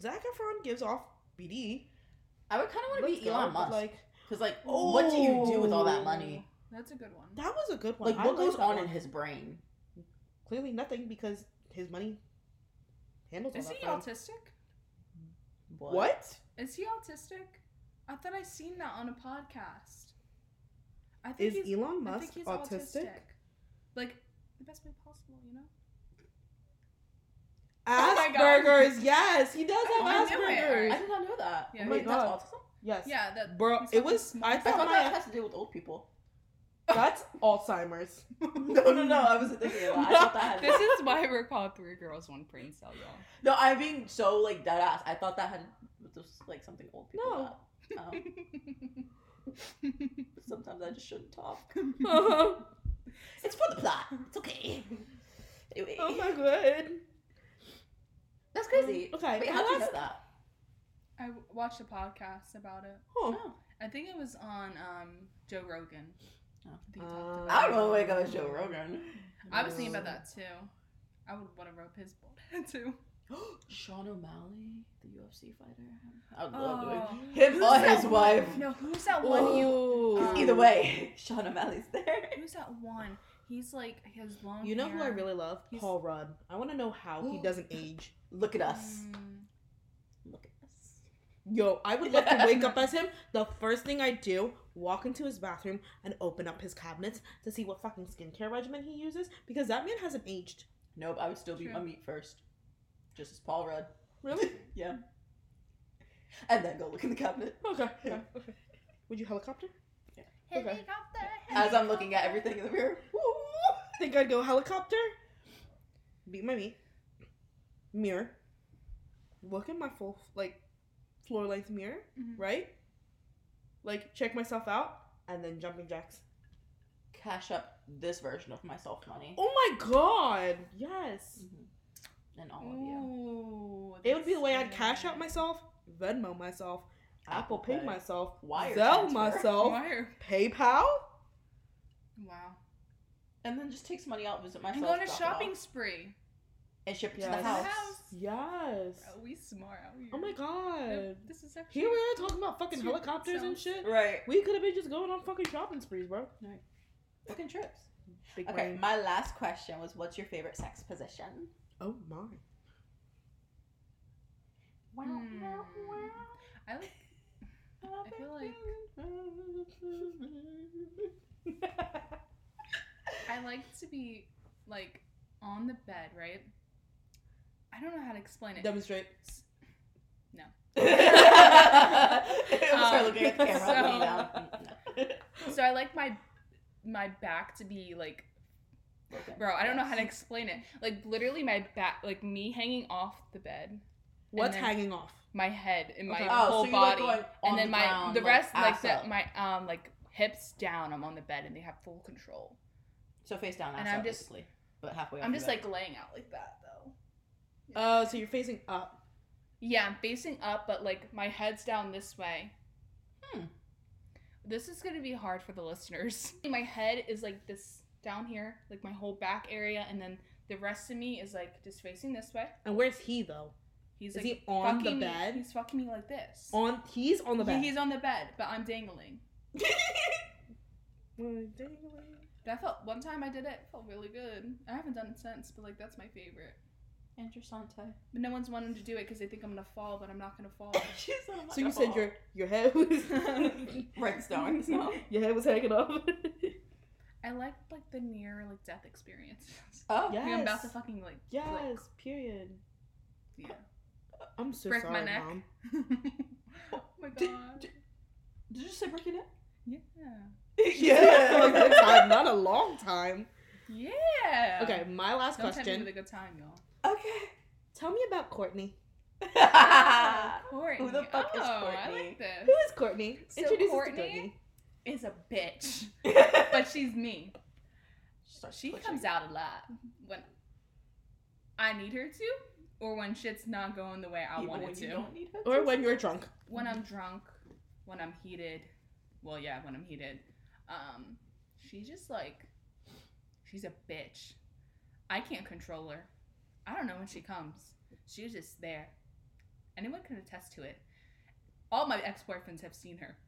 [SPEAKER 4] Zach Efron gives off BD.
[SPEAKER 1] I would kind of want to
[SPEAKER 4] Let's
[SPEAKER 1] be
[SPEAKER 4] go,
[SPEAKER 1] Elon
[SPEAKER 4] but,
[SPEAKER 1] Musk.
[SPEAKER 4] Like
[SPEAKER 1] Because, like, what do you do with all that
[SPEAKER 3] Ooh,
[SPEAKER 1] money?
[SPEAKER 3] That's a good one.
[SPEAKER 4] that was a good one.
[SPEAKER 1] Like,
[SPEAKER 4] I
[SPEAKER 1] what goes
[SPEAKER 4] that
[SPEAKER 1] on
[SPEAKER 4] one.
[SPEAKER 1] in his brain?
[SPEAKER 4] Clearly nothing because his money handles all
[SPEAKER 3] Is
[SPEAKER 4] that
[SPEAKER 3] he
[SPEAKER 4] for him.
[SPEAKER 3] autistic?
[SPEAKER 1] What?
[SPEAKER 2] What?
[SPEAKER 3] Is he autistic? I thought I seen that on a podcast. I
[SPEAKER 4] Is
[SPEAKER 3] he's-
[SPEAKER 4] Elon
[SPEAKER 3] I
[SPEAKER 4] Musk
[SPEAKER 3] think he's
[SPEAKER 4] autistic?
[SPEAKER 3] Like the best way possible, you know. Oh my God.
[SPEAKER 4] Asperger's, yes, he does
[SPEAKER 3] Oh, I
[SPEAKER 4] have
[SPEAKER 3] knew it.
[SPEAKER 1] I
[SPEAKER 4] Asperger's.
[SPEAKER 1] did not know that.
[SPEAKER 3] Yeah.
[SPEAKER 1] Wait,
[SPEAKER 4] Oh my God.
[SPEAKER 1] that's autism?
[SPEAKER 4] Yes,
[SPEAKER 3] Yeah, that
[SPEAKER 4] bro,
[SPEAKER 3] he's
[SPEAKER 4] it
[SPEAKER 3] fucking
[SPEAKER 4] was.
[SPEAKER 3] smart.
[SPEAKER 4] I
[SPEAKER 1] I
[SPEAKER 4] thought
[SPEAKER 1] thought that
[SPEAKER 4] my
[SPEAKER 1] has to do with old people.
[SPEAKER 4] [laughs]
[SPEAKER 3] [laughs]
[SPEAKER 4] that's Alzheimer's.
[SPEAKER 1] No, no, no. I wasn't thinking of that. I thought that had
[SPEAKER 3] [laughs] this is why we're called three girls, one brain cell, y'all.
[SPEAKER 1] No, I'm being so like dead ass. I thought that had just like something old people.
[SPEAKER 4] No.
[SPEAKER 1] got. Um, but sometimes I just shouldn't talk.
[SPEAKER 4] oh
[SPEAKER 1] It's for the plot. It's okay. Anyway,
[SPEAKER 4] Oh my god.
[SPEAKER 1] that's
[SPEAKER 3] Um,
[SPEAKER 1] crazy.
[SPEAKER 4] Okay,
[SPEAKER 1] Wait,
[SPEAKER 4] the
[SPEAKER 1] how do you know
[SPEAKER 4] last-
[SPEAKER 1] that?
[SPEAKER 3] [laughs] I w- watched a podcast about it.
[SPEAKER 4] Huh.
[SPEAKER 1] Oh.
[SPEAKER 3] I think it was on um, Joe Rogan. I,
[SPEAKER 1] Oh.
[SPEAKER 3] think he talked
[SPEAKER 4] Uh,
[SPEAKER 3] about
[SPEAKER 1] I
[SPEAKER 3] it.
[SPEAKER 1] don't know. Wake up with Joe Rogan.
[SPEAKER 3] I was thinking about that too. I would want to rope his bald head [laughs] too.
[SPEAKER 1] Sean O'Malley, the UFC fighter. I would love doing
[SPEAKER 3] Oh.
[SPEAKER 1] him or
[SPEAKER 3] Who's that
[SPEAKER 1] his
[SPEAKER 3] one- [laughs]
[SPEAKER 1] wife.
[SPEAKER 3] No, who's that one?
[SPEAKER 4] Oh.
[SPEAKER 1] Ooh.
[SPEAKER 3] You, um,
[SPEAKER 4] Ooh.
[SPEAKER 1] Either way, [laughs] Sean O'Malley's there.
[SPEAKER 3] who's that one? He's like he has long.
[SPEAKER 4] You know who I
[SPEAKER 3] hair.
[SPEAKER 4] really love?
[SPEAKER 3] He's-
[SPEAKER 4] Paul Rudd. I want to know how he doesn't age.
[SPEAKER 1] Look at us.
[SPEAKER 3] Mm.
[SPEAKER 1] Look at us.
[SPEAKER 4] Yo, I would love to wake up as him. The first thing I do, walk into his bathroom and open up his cabinets to see what fucking skincare regimen he uses because that man hasn't aged.
[SPEAKER 1] Nope, I would still be
[SPEAKER 3] True.
[SPEAKER 1] my meat first. Just as Paul Rudd.
[SPEAKER 4] Really?
[SPEAKER 1] Yeah. And then go look in the cabinet.
[SPEAKER 4] [laughs] Okay. okay. Would you helicopter? Okay.
[SPEAKER 3] Helicopter,
[SPEAKER 1] As I'm looking at everything in the mirror.
[SPEAKER 4] Think I'd go helicopter? Beat my meat. Mirror. Look in my full like floor length mirror,
[SPEAKER 3] Mhm.
[SPEAKER 4] right? Like check myself out and then jumping jacks.
[SPEAKER 1] Cash up this version of myself money.
[SPEAKER 4] Oh my god! Yes.
[SPEAKER 1] Mm-hmm. And all of you.
[SPEAKER 3] Ooh,
[SPEAKER 4] It would be the way I'd
[SPEAKER 3] that's
[SPEAKER 4] cash out
[SPEAKER 3] good.
[SPEAKER 4] myself, Venmo myself, Apple Pay myself,
[SPEAKER 1] Wire
[SPEAKER 4] Zelle
[SPEAKER 1] transfer.
[SPEAKER 4] myself,
[SPEAKER 3] Wire.
[SPEAKER 4] PayPal.
[SPEAKER 3] Wow.
[SPEAKER 1] And then just take some money out, visit myself.
[SPEAKER 3] And go on a
[SPEAKER 1] drop it
[SPEAKER 3] shopping
[SPEAKER 1] off,
[SPEAKER 3] spree.
[SPEAKER 1] and ship it to
[SPEAKER 4] Yes.
[SPEAKER 1] the
[SPEAKER 3] The
[SPEAKER 1] house.
[SPEAKER 3] house.
[SPEAKER 4] Yes.
[SPEAKER 3] Bro, we smart out here.
[SPEAKER 4] Oh my god.
[SPEAKER 3] Nope, This is actually.
[SPEAKER 4] Here we are talking about fucking
[SPEAKER 3] Super
[SPEAKER 4] helicopters and
[SPEAKER 3] sounds-
[SPEAKER 4] shit.
[SPEAKER 1] Right.
[SPEAKER 4] We could have been just going on fucking shopping sprees, bro.
[SPEAKER 1] Fucking trips.
[SPEAKER 4] Big
[SPEAKER 1] Okay,
[SPEAKER 4] brain.
[SPEAKER 1] my last question was what's your favorite sex position?
[SPEAKER 4] Oh my.
[SPEAKER 1] Wow,
[SPEAKER 3] Hmm.
[SPEAKER 1] wow, wow.
[SPEAKER 3] [laughs] I like. I feel like I like to be like on the bed, right? I don't know how to explain
[SPEAKER 4] [laughs]
[SPEAKER 3] it.
[SPEAKER 4] Demonstrate. [laughs]
[SPEAKER 3] [laughs]
[SPEAKER 1] it was her
[SPEAKER 3] Um,
[SPEAKER 1] looking at the camera.
[SPEAKER 3] [laughs] so-
[SPEAKER 1] looking down. Mm,
[SPEAKER 3] So I like my my back to be like
[SPEAKER 1] no. Okay.
[SPEAKER 3] bro, I don't know how to explain it. Like literally my back like me hanging off the bed,
[SPEAKER 4] What's
[SPEAKER 3] then-
[SPEAKER 4] hanging off?
[SPEAKER 3] my head and my
[SPEAKER 4] Okay.
[SPEAKER 1] Oh,
[SPEAKER 3] whole
[SPEAKER 1] so you're, like,
[SPEAKER 3] body.
[SPEAKER 1] going on
[SPEAKER 3] and then
[SPEAKER 1] the
[SPEAKER 3] my
[SPEAKER 1] ground,
[SPEAKER 3] the
[SPEAKER 1] like,
[SPEAKER 3] rest like
[SPEAKER 1] ass
[SPEAKER 3] the,
[SPEAKER 1] up.
[SPEAKER 3] my um like hips down, I'm on the bed and they have full control.
[SPEAKER 1] So face down, ass
[SPEAKER 3] And I'm
[SPEAKER 1] up,
[SPEAKER 3] just-
[SPEAKER 1] basically, but halfway.
[SPEAKER 3] I'm
[SPEAKER 1] up
[SPEAKER 3] just
[SPEAKER 1] the bed.
[SPEAKER 3] like laying out like that though.
[SPEAKER 4] Uh, so you're facing up.
[SPEAKER 3] Yeah, I'm facing up, but like my head's down this way.
[SPEAKER 1] Hmm.
[SPEAKER 3] This is gonna be hard for the listeners. [laughs] My head is like this down here, like my whole back area, and then the rest of me is like just facing this way.
[SPEAKER 4] And where's he though?
[SPEAKER 3] He's
[SPEAKER 4] Is
[SPEAKER 3] like
[SPEAKER 4] he on the
[SPEAKER 3] fucking me-
[SPEAKER 4] bed?
[SPEAKER 3] He's fucking me like this.
[SPEAKER 4] On he's on the
[SPEAKER 3] Yeah,
[SPEAKER 4] bed. [laughs]
[SPEAKER 3] he's on the bed, but I'm dangling. But I felt one time I did it, it felt really good. I haven't done it since, but like that's my favorite.
[SPEAKER 1] Interessante.
[SPEAKER 3] But no one's wanting to do it because they think I'm gonna fall, but I'm not gonna fall.
[SPEAKER 1] [laughs] She's on my
[SPEAKER 4] So you said
[SPEAKER 1] ball.
[SPEAKER 4] your your head
[SPEAKER 3] [laughs]
[SPEAKER 4] was [laughs]
[SPEAKER 1] Right, snoring, snow.
[SPEAKER 4] your head was hanging
[SPEAKER 3] [laughs]
[SPEAKER 4] off.
[SPEAKER 3] I like like the near like death experience.
[SPEAKER 1] Oh,
[SPEAKER 4] Yeah.
[SPEAKER 3] [laughs] Like, I'm about
[SPEAKER 4] Yes.
[SPEAKER 3] to fucking like
[SPEAKER 4] yes,
[SPEAKER 3] flick.
[SPEAKER 4] period.
[SPEAKER 3] Yeah.
[SPEAKER 4] I'm so
[SPEAKER 3] Break my
[SPEAKER 4] sorry,
[SPEAKER 3] neck. [laughs]
[SPEAKER 4] mom. [laughs]
[SPEAKER 3] oh [laughs] my
[SPEAKER 1] Did-
[SPEAKER 3] god.
[SPEAKER 1] did- Did you just say breaking it?
[SPEAKER 3] Yeah.
[SPEAKER 4] Yeah, [laughs] a good time, not a long time.
[SPEAKER 3] Yeah.
[SPEAKER 4] Okay, my last
[SPEAKER 3] Don't Tell me
[SPEAKER 4] question.
[SPEAKER 3] with a good time, y'all.
[SPEAKER 1] Okay.
[SPEAKER 4] Tell me about Courtney.
[SPEAKER 3] Courtney.
[SPEAKER 1] Who the fuck
[SPEAKER 3] oh,
[SPEAKER 1] is
[SPEAKER 3] I
[SPEAKER 1] Courtney?
[SPEAKER 3] like this.
[SPEAKER 4] Who is Courtney?
[SPEAKER 3] So
[SPEAKER 4] Introduce us to
[SPEAKER 3] Courtney-
[SPEAKER 4] Courtney.
[SPEAKER 3] Is a bitch, but she's me. She comes out a lot when I need her to, or when shit's not going the way I want it to.
[SPEAKER 4] Or when you're drunk.
[SPEAKER 3] [laughs] When I'm drunk, when I'm heated. Well, yeah, when I'm heated. Um, she's just like, she's a bitch. I can't control her. I don't know when she comes. She's just there. Anyone can attest to it. All my ex boyfriends have seen her.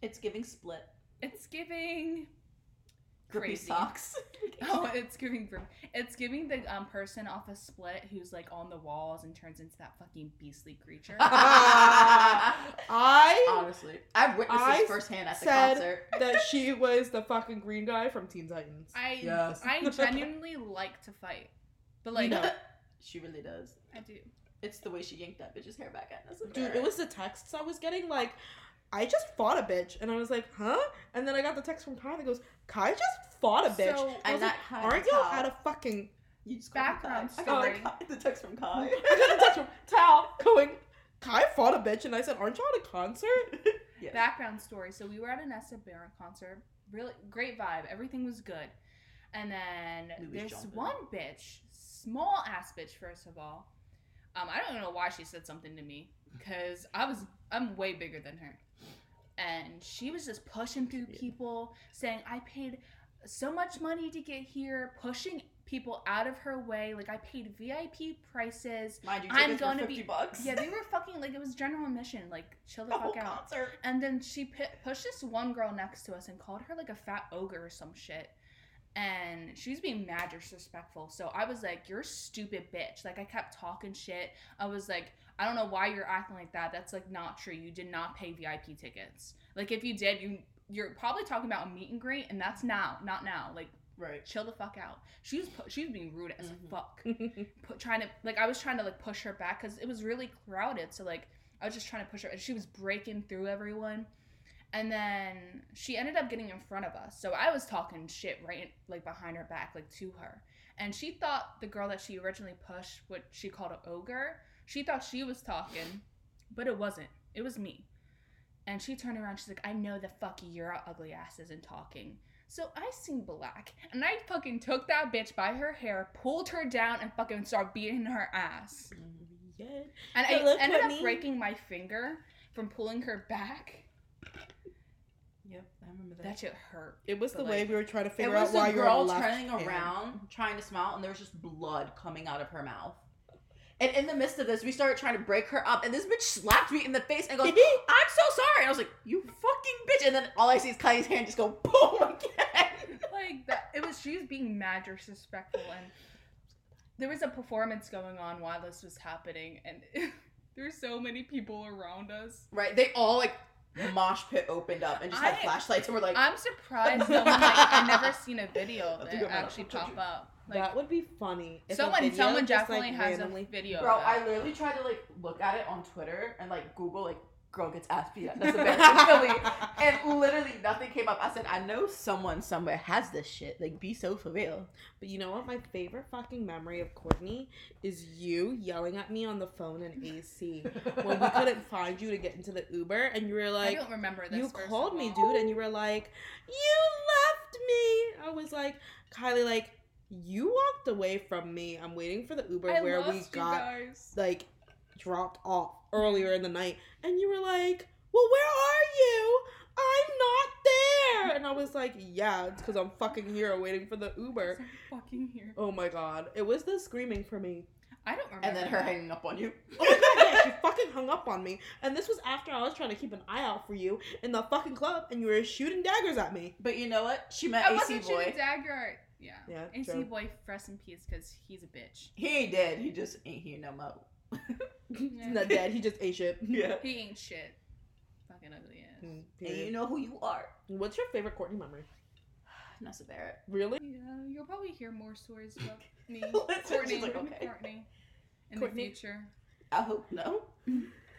[SPEAKER 1] It's giving split.
[SPEAKER 3] It's giving
[SPEAKER 2] grippy
[SPEAKER 3] Crazy.
[SPEAKER 2] socks.
[SPEAKER 3] [laughs] Oh, it's giving grim. It's giving the um, person off a split who's like on the walls and turns into that fucking beastly creature. [laughs]
[SPEAKER 4] I
[SPEAKER 1] [laughs] Honestly, I've witnessed
[SPEAKER 4] I
[SPEAKER 1] this firsthand at the
[SPEAKER 4] said-
[SPEAKER 1] concert.
[SPEAKER 4] that she was the fucking green guy from Teen Titans.
[SPEAKER 3] I
[SPEAKER 1] Yes. [laughs]
[SPEAKER 3] I genuinely like to fight, but like
[SPEAKER 4] You know.
[SPEAKER 1] She really does.
[SPEAKER 3] I do.
[SPEAKER 1] It's the way she yanked that bitch's hair back at us.
[SPEAKER 4] Dude, it was the texts I was getting. Like, I just fought a bitch, and I was like, huh? And then I got the text from Kai that goes, Kai just fought a bitch.
[SPEAKER 3] So
[SPEAKER 4] I
[SPEAKER 1] And
[SPEAKER 4] was
[SPEAKER 1] that
[SPEAKER 4] like,
[SPEAKER 1] Kai
[SPEAKER 4] aren't
[SPEAKER 1] Tao.
[SPEAKER 4] y'all out of fucking?
[SPEAKER 1] You just called me
[SPEAKER 3] Background
[SPEAKER 1] Kai. I got
[SPEAKER 3] story.
[SPEAKER 1] the Kai- the text from Kai.
[SPEAKER 4] [laughs] I got the text from Tao going, Kai fought a bitch, and I said, aren't y'all at a concert? [laughs]
[SPEAKER 1] Yes.
[SPEAKER 3] background story. So we were at an Barra concert. Really great vibe. Everything was good. And then
[SPEAKER 1] Louis
[SPEAKER 3] there's
[SPEAKER 1] jumping.
[SPEAKER 3] one bitch, small ass bitch. First of all, um, I don't know why she said something to me because I was I'm way bigger than her, and she was just pushing through
[SPEAKER 4] Yeah.
[SPEAKER 3] people, saying I paid so much money to get here, pushing people out of her way. Like I paid VIP prices.
[SPEAKER 1] Mind you,
[SPEAKER 3] I'm
[SPEAKER 1] tickets
[SPEAKER 3] gonna
[SPEAKER 1] were
[SPEAKER 3] be-
[SPEAKER 1] fifty bucks. [laughs]
[SPEAKER 3] Yeah, they were fucking like it was general admission. Like chill the
[SPEAKER 1] the whole
[SPEAKER 3] fuck out.
[SPEAKER 1] concert.
[SPEAKER 3] And then she pi pushed this one girl next to us and called her like a fat ogre or some shit. And she was being mad disrespectful. So I was like, You're a stupid bitch. Like, I kept talking shit. I was like, I don't know why you're acting like that. That's like not true. You did not pay VIP tickets. Like, if you did, you. You're probably talking about a meet and greet, and that's now, not now. Like,
[SPEAKER 1] Right.
[SPEAKER 3] chill the fuck out. She was pu- she was being rude as
[SPEAKER 1] Mhm.
[SPEAKER 3] fuck pu- trying to like I was trying to like push her back because it was really crowded. So like I was just trying to push her, and she was breaking through everyone. And then she ended up getting in front of us. So I was talking shit right like behind her back, like to her. And she thought the girl that she originally pushed, what she called an ogre, she thought she was talking, but it wasn't. It was me. And she turned around. She's like, "I know the fuck your ugly ass isn't talking." So I seen black, and I fucking took that bitch by her hair, pulled her down, and fucking started beating her ass.
[SPEAKER 4] yeah.
[SPEAKER 3] And
[SPEAKER 4] Hey,
[SPEAKER 3] I
[SPEAKER 4] look
[SPEAKER 3] ended
[SPEAKER 4] at
[SPEAKER 3] up
[SPEAKER 4] me.
[SPEAKER 3] breaking my finger from pulling her back.
[SPEAKER 1] Yep, I remember
[SPEAKER 3] That shit hurt.
[SPEAKER 4] It was
[SPEAKER 3] But,
[SPEAKER 4] the way
[SPEAKER 3] like,
[SPEAKER 4] we were trying to
[SPEAKER 1] It
[SPEAKER 4] figure
[SPEAKER 1] was
[SPEAKER 4] out why
[SPEAKER 1] a
[SPEAKER 4] you were
[SPEAKER 1] girl
[SPEAKER 4] left
[SPEAKER 1] turning
[SPEAKER 4] hand.
[SPEAKER 1] around, trying to smile, and there was just blood coming out of her mouth. And in the midst of this, we started trying to break her up, and this bitch slapped me in the face
[SPEAKER 4] [laughs]
[SPEAKER 1] and goes, "I'm so sorry." And I was like, "You fucking bitch!" And then all I see is Kylie's hand just go boom [laughs] again.
[SPEAKER 3] [laughs] Like that, it was. She was being mad disrespectful, and there was a performance going on while this was happening, and [laughs] there were so many people around us.
[SPEAKER 1] Right? They all like mosh pit opened up and just had
[SPEAKER 3] I-
[SPEAKER 1] flashlights and were like,
[SPEAKER 3] I'm surprised [laughs] no one. Like, I never seen a video
[SPEAKER 1] I
[SPEAKER 3] of
[SPEAKER 1] think
[SPEAKER 3] it
[SPEAKER 1] I might have
[SPEAKER 3] actually
[SPEAKER 1] told
[SPEAKER 3] pop
[SPEAKER 1] you.
[SPEAKER 3] up. Like,
[SPEAKER 4] That would be funny. if a
[SPEAKER 3] someone,
[SPEAKER 4] video
[SPEAKER 3] someone
[SPEAKER 4] just,
[SPEAKER 3] definitely
[SPEAKER 4] like,
[SPEAKER 3] has
[SPEAKER 4] randomly-
[SPEAKER 3] [laughs] a video.
[SPEAKER 1] "Bro,
[SPEAKER 3] of that.
[SPEAKER 1] I literally tried to like look at it on Twitter and like Google like girl gets ass beat at that's
[SPEAKER 4] [laughs]
[SPEAKER 1] embarrassing Philly." And literally nothing came up. I said, I know someone somewhere has this shit. Like, be so for real.
[SPEAKER 4] But you know what? My favorite fucking memory of Courtney is you yelling at me on the phone in AC when we couldn't find you to get into the Uber, and you were
[SPEAKER 3] I
[SPEAKER 4] like,
[SPEAKER 3] don't remember this.
[SPEAKER 4] "You
[SPEAKER 3] first of
[SPEAKER 4] called me,
[SPEAKER 3] all.
[SPEAKER 4] dude," and you were like, "You left me." I was like, Kylie, like, you walked away from me. I'm waiting for the Uber
[SPEAKER 3] I
[SPEAKER 4] where we
[SPEAKER 3] lost you
[SPEAKER 4] got
[SPEAKER 3] guys.
[SPEAKER 4] like dropped off earlier in the night and you were like well where are you i'm not there and i was like yeah it's because i'm fucking here waiting for the uber
[SPEAKER 3] I'm fucking here.
[SPEAKER 4] oh my god it was the screaming for me
[SPEAKER 3] I don't remember.
[SPEAKER 1] [laughs] And then her hanging up on
[SPEAKER 4] [laughs]
[SPEAKER 1] you.
[SPEAKER 4] oh my god yeah she fucking hung up on me and this was after i was trying to keep an eye out for you in the fucking club and you were shooting daggers at me
[SPEAKER 1] But you know what? She met
[SPEAKER 3] I
[SPEAKER 1] AC
[SPEAKER 3] wasn't
[SPEAKER 1] Boy.
[SPEAKER 3] shooting dagger. Yeah.
[SPEAKER 4] yeah
[SPEAKER 3] AC
[SPEAKER 4] true.
[SPEAKER 3] boy, rest in peace, because he's a bitch.
[SPEAKER 1] He ain't dead. He just ain't here no
[SPEAKER 4] [laughs]
[SPEAKER 1] more.
[SPEAKER 4] He's not dead he just ate
[SPEAKER 3] [laughs]
[SPEAKER 4] shit
[SPEAKER 1] Yeah.
[SPEAKER 3] He ain't shit. Fucking ugly ass.
[SPEAKER 4] Mm,
[SPEAKER 1] And you
[SPEAKER 4] period.
[SPEAKER 1] know who you are. [sighs]
[SPEAKER 4] what's your favorite courtney memory
[SPEAKER 1] Nessa Barrett.
[SPEAKER 4] really
[SPEAKER 3] Yeah, you'll probably hear more stories about me,
[SPEAKER 1] That's what
[SPEAKER 3] Courtney,
[SPEAKER 1] she's like, okay.
[SPEAKER 3] Courtney, in
[SPEAKER 4] Courtney.
[SPEAKER 3] the future.
[SPEAKER 1] I hope no.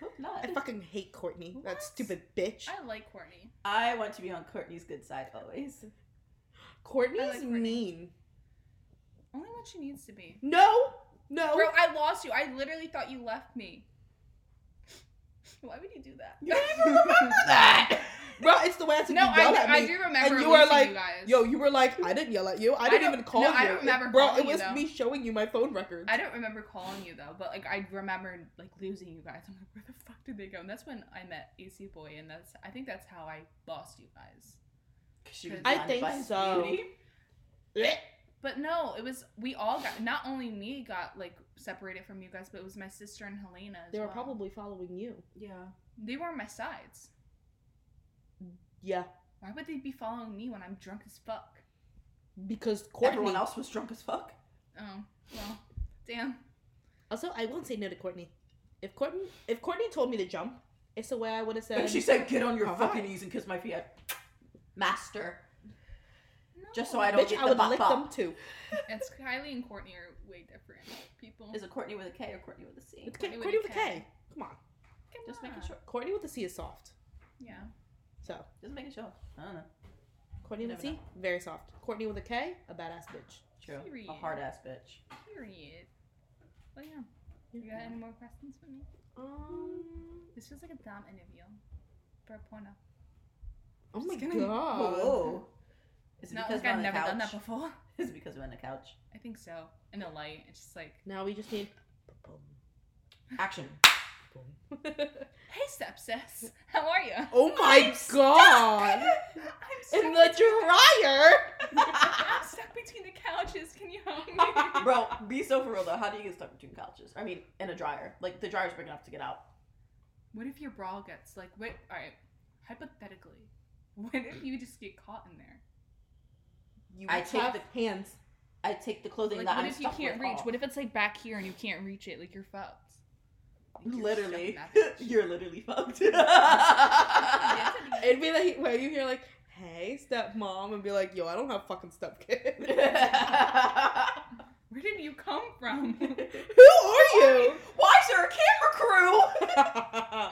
[SPEAKER 1] hope not.
[SPEAKER 4] i fucking hate courtney that
[SPEAKER 3] What?
[SPEAKER 4] stupid bitch
[SPEAKER 3] I like Courtney.
[SPEAKER 1] I want to be on Courtney's good side always. [laughs]
[SPEAKER 4] courtney's
[SPEAKER 3] I like Courtney.
[SPEAKER 4] mean
[SPEAKER 3] Only what she needs to be.
[SPEAKER 4] No, no.
[SPEAKER 3] Bro, I lost you. I literally thought you left me. [laughs] Why would you do that? [laughs]
[SPEAKER 1] You don't even remember that.
[SPEAKER 4] Bro, it's the way I said
[SPEAKER 3] No,
[SPEAKER 4] you yelled
[SPEAKER 3] I,
[SPEAKER 4] at me.
[SPEAKER 3] I do remember
[SPEAKER 4] and you
[SPEAKER 3] you
[SPEAKER 4] were
[SPEAKER 3] like,
[SPEAKER 4] like,
[SPEAKER 3] you guys.
[SPEAKER 4] Yo, you were like, I didn't yell at you. I didn't
[SPEAKER 3] don't-
[SPEAKER 4] even call
[SPEAKER 3] no,
[SPEAKER 4] you.
[SPEAKER 3] I don't remember
[SPEAKER 4] Bro,
[SPEAKER 3] calling
[SPEAKER 4] it
[SPEAKER 3] you,
[SPEAKER 4] was
[SPEAKER 3] though.
[SPEAKER 4] me showing you my phone records.
[SPEAKER 3] I don't remember calling you though, but like I remember like losing you guys. I'm like, where the fuck did they go? And that's when I met AC Boy, and that's I think that's how I lost you guys.
[SPEAKER 1] She was
[SPEAKER 4] I
[SPEAKER 1] blinded
[SPEAKER 4] think
[SPEAKER 1] by his
[SPEAKER 4] so.
[SPEAKER 1] beauty.
[SPEAKER 3] But no, it was we all got not only me got like separated from you guys, but it was my sister and Helena. As
[SPEAKER 4] They were
[SPEAKER 3] well.
[SPEAKER 4] probably following you.
[SPEAKER 1] Yeah.
[SPEAKER 3] they were on my sides.
[SPEAKER 4] Yeah.
[SPEAKER 3] Why would they be following me when I'm drunk as fuck?
[SPEAKER 4] because Courtney.
[SPEAKER 1] Everyone else was drunk as fuck. [laughs]
[SPEAKER 3] Oh, well, damn.
[SPEAKER 4] Also, I won't say no to Courtney. If Courtney, if Courtney told me to jump, it's the way I would have said.
[SPEAKER 1] And she said, "Get on your
[SPEAKER 4] All
[SPEAKER 1] fucking
[SPEAKER 4] right.
[SPEAKER 1] knees and kiss my feet, master."
[SPEAKER 3] No.
[SPEAKER 1] Just so I don't
[SPEAKER 4] Bitch,
[SPEAKER 1] get
[SPEAKER 4] I
[SPEAKER 1] the
[SPEAKER 4] would
[SPEAKER 1] bop
[SPEAKER 4] lick
[SPEAKER 1] bop.
[SPEAKER 4] them too.
[SPEAKER 3] [laughs] It's Kylie and Courtney are way different people.
[SPEAKER 1] Is it Courtney with a K or Courtney with a C?
[SPEAKER 4] It's K-
[SPEAKER 3] Courtney with
[SPEAKER 4] Courtney
[SPEAKER 3] a
[SPEAKER 4] with a
[SPEAKER 3] K.
[SPEAKER 4] K. Come on,
[SPEAKER 3] Come
[SPEAKER 1] Just making
[SPEAKER 3] on.
[SPEAKER 1] sure.
[SPEAKER 4] Courtney with a C is soft.
[SPEAKER 3] Yeah.
[SPEAKER 4] So
[SPEAKER 1] Just making sure. I don't know.
[SPEAKER 4] Courtney with a
[SPEAKER 1] You
[SPEAKER 4] C,
[SPEAKER 1] never
[SPEAKER 4] very soft. Courtney with a K, a badass bitch.
[SPEAKER 1] True.
[SPEAKER 3] Period.
[SPEAKER 1] A hard ass bitch.
[SPEAKER 3] Period. But yeah. You got any more questions for me?
[SPEAKER 4] Um,
[SPEAKER 3] This feels like a dumb interview for a porno.
[SPEAKER 4] oh my
[SPEAKER 3] Just kidding.
[SPEAKER 4] god.
[SPEAKER 1] Whoa.
[SPEAKER 3] It's
[SPEAKER 1] Is it
[SPEAKER 3] not like
[SPEAKER 1] because we're
[SPEAKER 3] I've
[SPEAKER 1] on the
[SPEAKER 3] never done that
[SPEAKER 1] couch?
[SPEAKER 3] before.
[SPEAKER 1] [laughs]
[SPEAKER 3] [laughs]
[SPEAKER 1] Is it because we're on the couch?
[SPEAKER 3] I think so. In the light, it's just like,
[SPEAKER 4] Now we just need.
[SPEAKER 1] Action.
[SPEAKER 3] hey, stepsis, [laughs] how are you?
[SPEAKER 4] [laughs] Oh my god!
[SPEAKER 3] I'm [laughs] stuck,
[SPEAKER 4] In the dryer.
[SPEAKER 3] I'm stuck between the couches. Can you help me? [laughs]
[SPEAKER 1] [laughs] Bro, be so for real though. How do you get stuck between couches? I mean, in a dryer. Like the dryer's big enough to get out.
[SPEAKER 3] what if your bra gets like, wait, all right, hypothetically, what if you just get caught in there?
[SPEAKER 1] You I take the
[SPEAKER 4] hands.
[SPEAKER 1] I take the clothing
[SPEAKER 3] Like,
[SPEAKER 1] that
[SPEAKER 3] what
[SPEAKER 1] I'm
[SPEAKER 3] if you
[SPEAKER 1] stuck
[SPEAKER 3] can't
[SPEAKER 1] with
[SPEAKER 3] reach?
[SPEAKER 1] off.
[SPEAKER 3] What if it's like back here and you can't reach it? Like you're
[SPEAKER 1] [laughs]
[SPEAKER 3] fucked. Like, you're stuck in
[SPEAKER 1] literally,
[SPEAKER 3] that bitch.
[SPEAKER 1] [laughs] you're
[SPEAKER 3] [laughs]
[SPEAKER 1] literally fucked. [laughs]
[SPEAKER 4] It'd be like where you hear like, "Hey, stepmom," and be like, "Yo, I don't have fucking stepkid."
[SPEAKER 1] Who
[SPEAKER 3] Where did you come from? [laughs]
[SPEAKER 4] Who are you?
[SPEAKER 1] Why is there a camera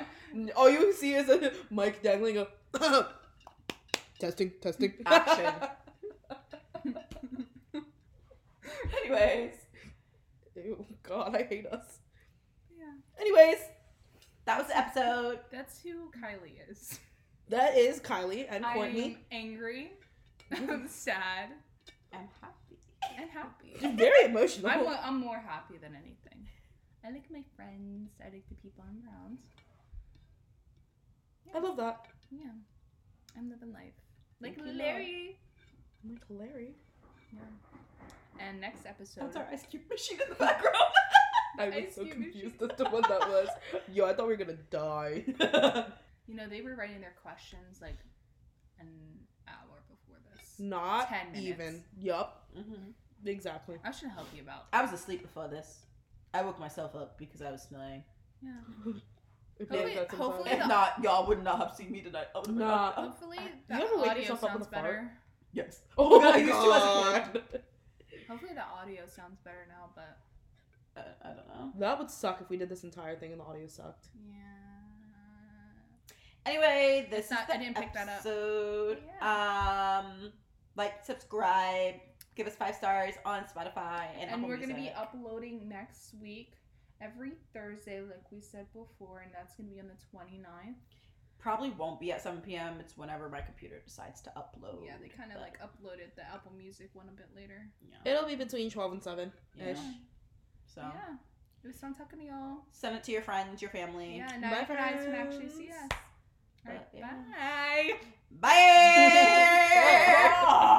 [SPEAKER 1] crew?
[SPEAKER 4] [laughs] All you see is a mic dangling. A [laughs] testing, testing,
[SPEAKER 3] [laughs]
[SPEAKER 4] action.
[SPEAKER 1] [laughs] Anyways,
[SPEAKER 4] [laughs] Ew, God, I hate us.
[SPEAKER 3] yeah,
[SPEAKER 4] Anyways,
[SPEAKER 1] that was the episode.
[SPEAKER 3] that's who Kylie is.
[SPEAKER 4] that is Kylie and Courtney.
[SPEAKER 3] I'm
[SPEAKER 1] [laughs]
[SPEAKER 3] angry. I'm sad
[SPEAKER 1] I'm happy.
[SPEAKER 3] and happy. [laughs]
[SPEAKER 4] Very emotional.
[SPEAKER 3] I'm, wa- I'm more happy than anything. I like my friends. I like the people I'm around.
[SPEAKER 4] I love that.
[SPEAKER 3] Yeah, I'm living life. Like
[SPEAKER 1] Thank you,
[SPEAKER 3] Larry.
[SPEAKER 4] I'm like Oh Larry.
[SPEAKER 3] Yeah. And next episode.
[SPEAKER 1] That's our ice cube machine in the [laughs] background.
[SPEAKER 4] I was
[SPEAKER 3] Ice
[SPEAKER 4] so
[SPEAKER 3] cube machine.
[SPEAKER 4] confused as to what that
[SPEAKER 3] [laughs]
[SPEAKER 4] was. Yo, I thought we were gonna die.
[SPEAKER 3] You know, they were writing their questions like an hour before this.
[SPEAKER 4] [laughs] Not
[SPEAKER 3] Ten minutes.
[SPEAKER 4] even. Yup.
[SPEAKER 3] Mm-hmm.
[SPEAKER 1] Mhm.
[SPEAKER 4] Exactly.
[SPEAKER 3] I should help you about.
[SPEAKER 1] I was asleep before this. I woke myself up because I was snoring.
[SPEAKER 3] Yeah.
[SPEAKER 4] If
[SPEAKER 3] Hopefully-
[SPEAKER 4] they have that
[SPEAKER 3] hopefully
[SPEAKER 4] sometime.
[SPEAKER 1] If not, y'all would not have seen me tonight. I would've been
[SPEAKER 4] Nah.
[SPEAKER 1] knocked out.
[SPEAKER 3] Hopefully
[SPEAKER 4] I- you
[SPEAKER 3] the
[SPEAKER 4] ever wake
[SPEAKER 3] audio
[SPEAKER 4] yourself up
[SPEAKER 3] sounds
[SPEAKER 4] with a fart?
[SPEAKER 3] better.
[SPEAKER 1] Yes.
[SPEAKER 4] Oh
[SPEAKER 1] [laughs] I
[SPEAKER 4] my
[SPEAKER 1] used to as a
[SPEAKER 4] god.
[SPEAKER 3] Hopefully the audio sounds better now, but
[SPEAKER 1] Uh, I don't know.
[SPEAKER 4] That would suck if we did this entire thing and the audio sucked.
[SPEAKER 3] yeah.
[SPEAKER 1] Anyway, this
[SPEAKER 3] It's not-
[SPEAKER 1] is the
[SPEAKER 3] I didn't pick that up.
[SPEAKER 1] episode. Um, like, subscribe, give us five stars on Spotify and,
[SPEAKER 3] And
[SPEAKER 1] Apple
[SPEAKER 3] we're gonna be
[SPEAKER 1] Music.
[SPEAKER 3] uploading next week every Thursday, like we said before, and that's gonna be on the 29th.
[SPEAKER 1] Probably won't be at 7 p.m. It's whenever my computer decides to upload.
[SPEAKER 3] Yeah, they kind of
[SPEAKER 1] but,
[SPEAKER 3] like uploaded the Apple Music one a bit later.
[SPEAKER 1] Yeah.
[SPEAKER 4] It'll be between 12 and 7
[SPEAKER 1] you know,
[SPEAKER 4] ish.
[SPEAKER 1] So
[SPEAKER 3] Yeah. It was fun talking to y'all.
[SPEAKER 1] send it to your friends, your family.
[SPEAKER 3] Yeah, now
[SPEAKER 4] Bye,
[SPEAKER 3] your eyes can actually see
[SPEAKER 4] friends.
[SPEAKER 3] us. All right,
[SPEAKER 1] But, yeah.
[SPEAKER 3] Bye.
[SPEAKER 1] Bye.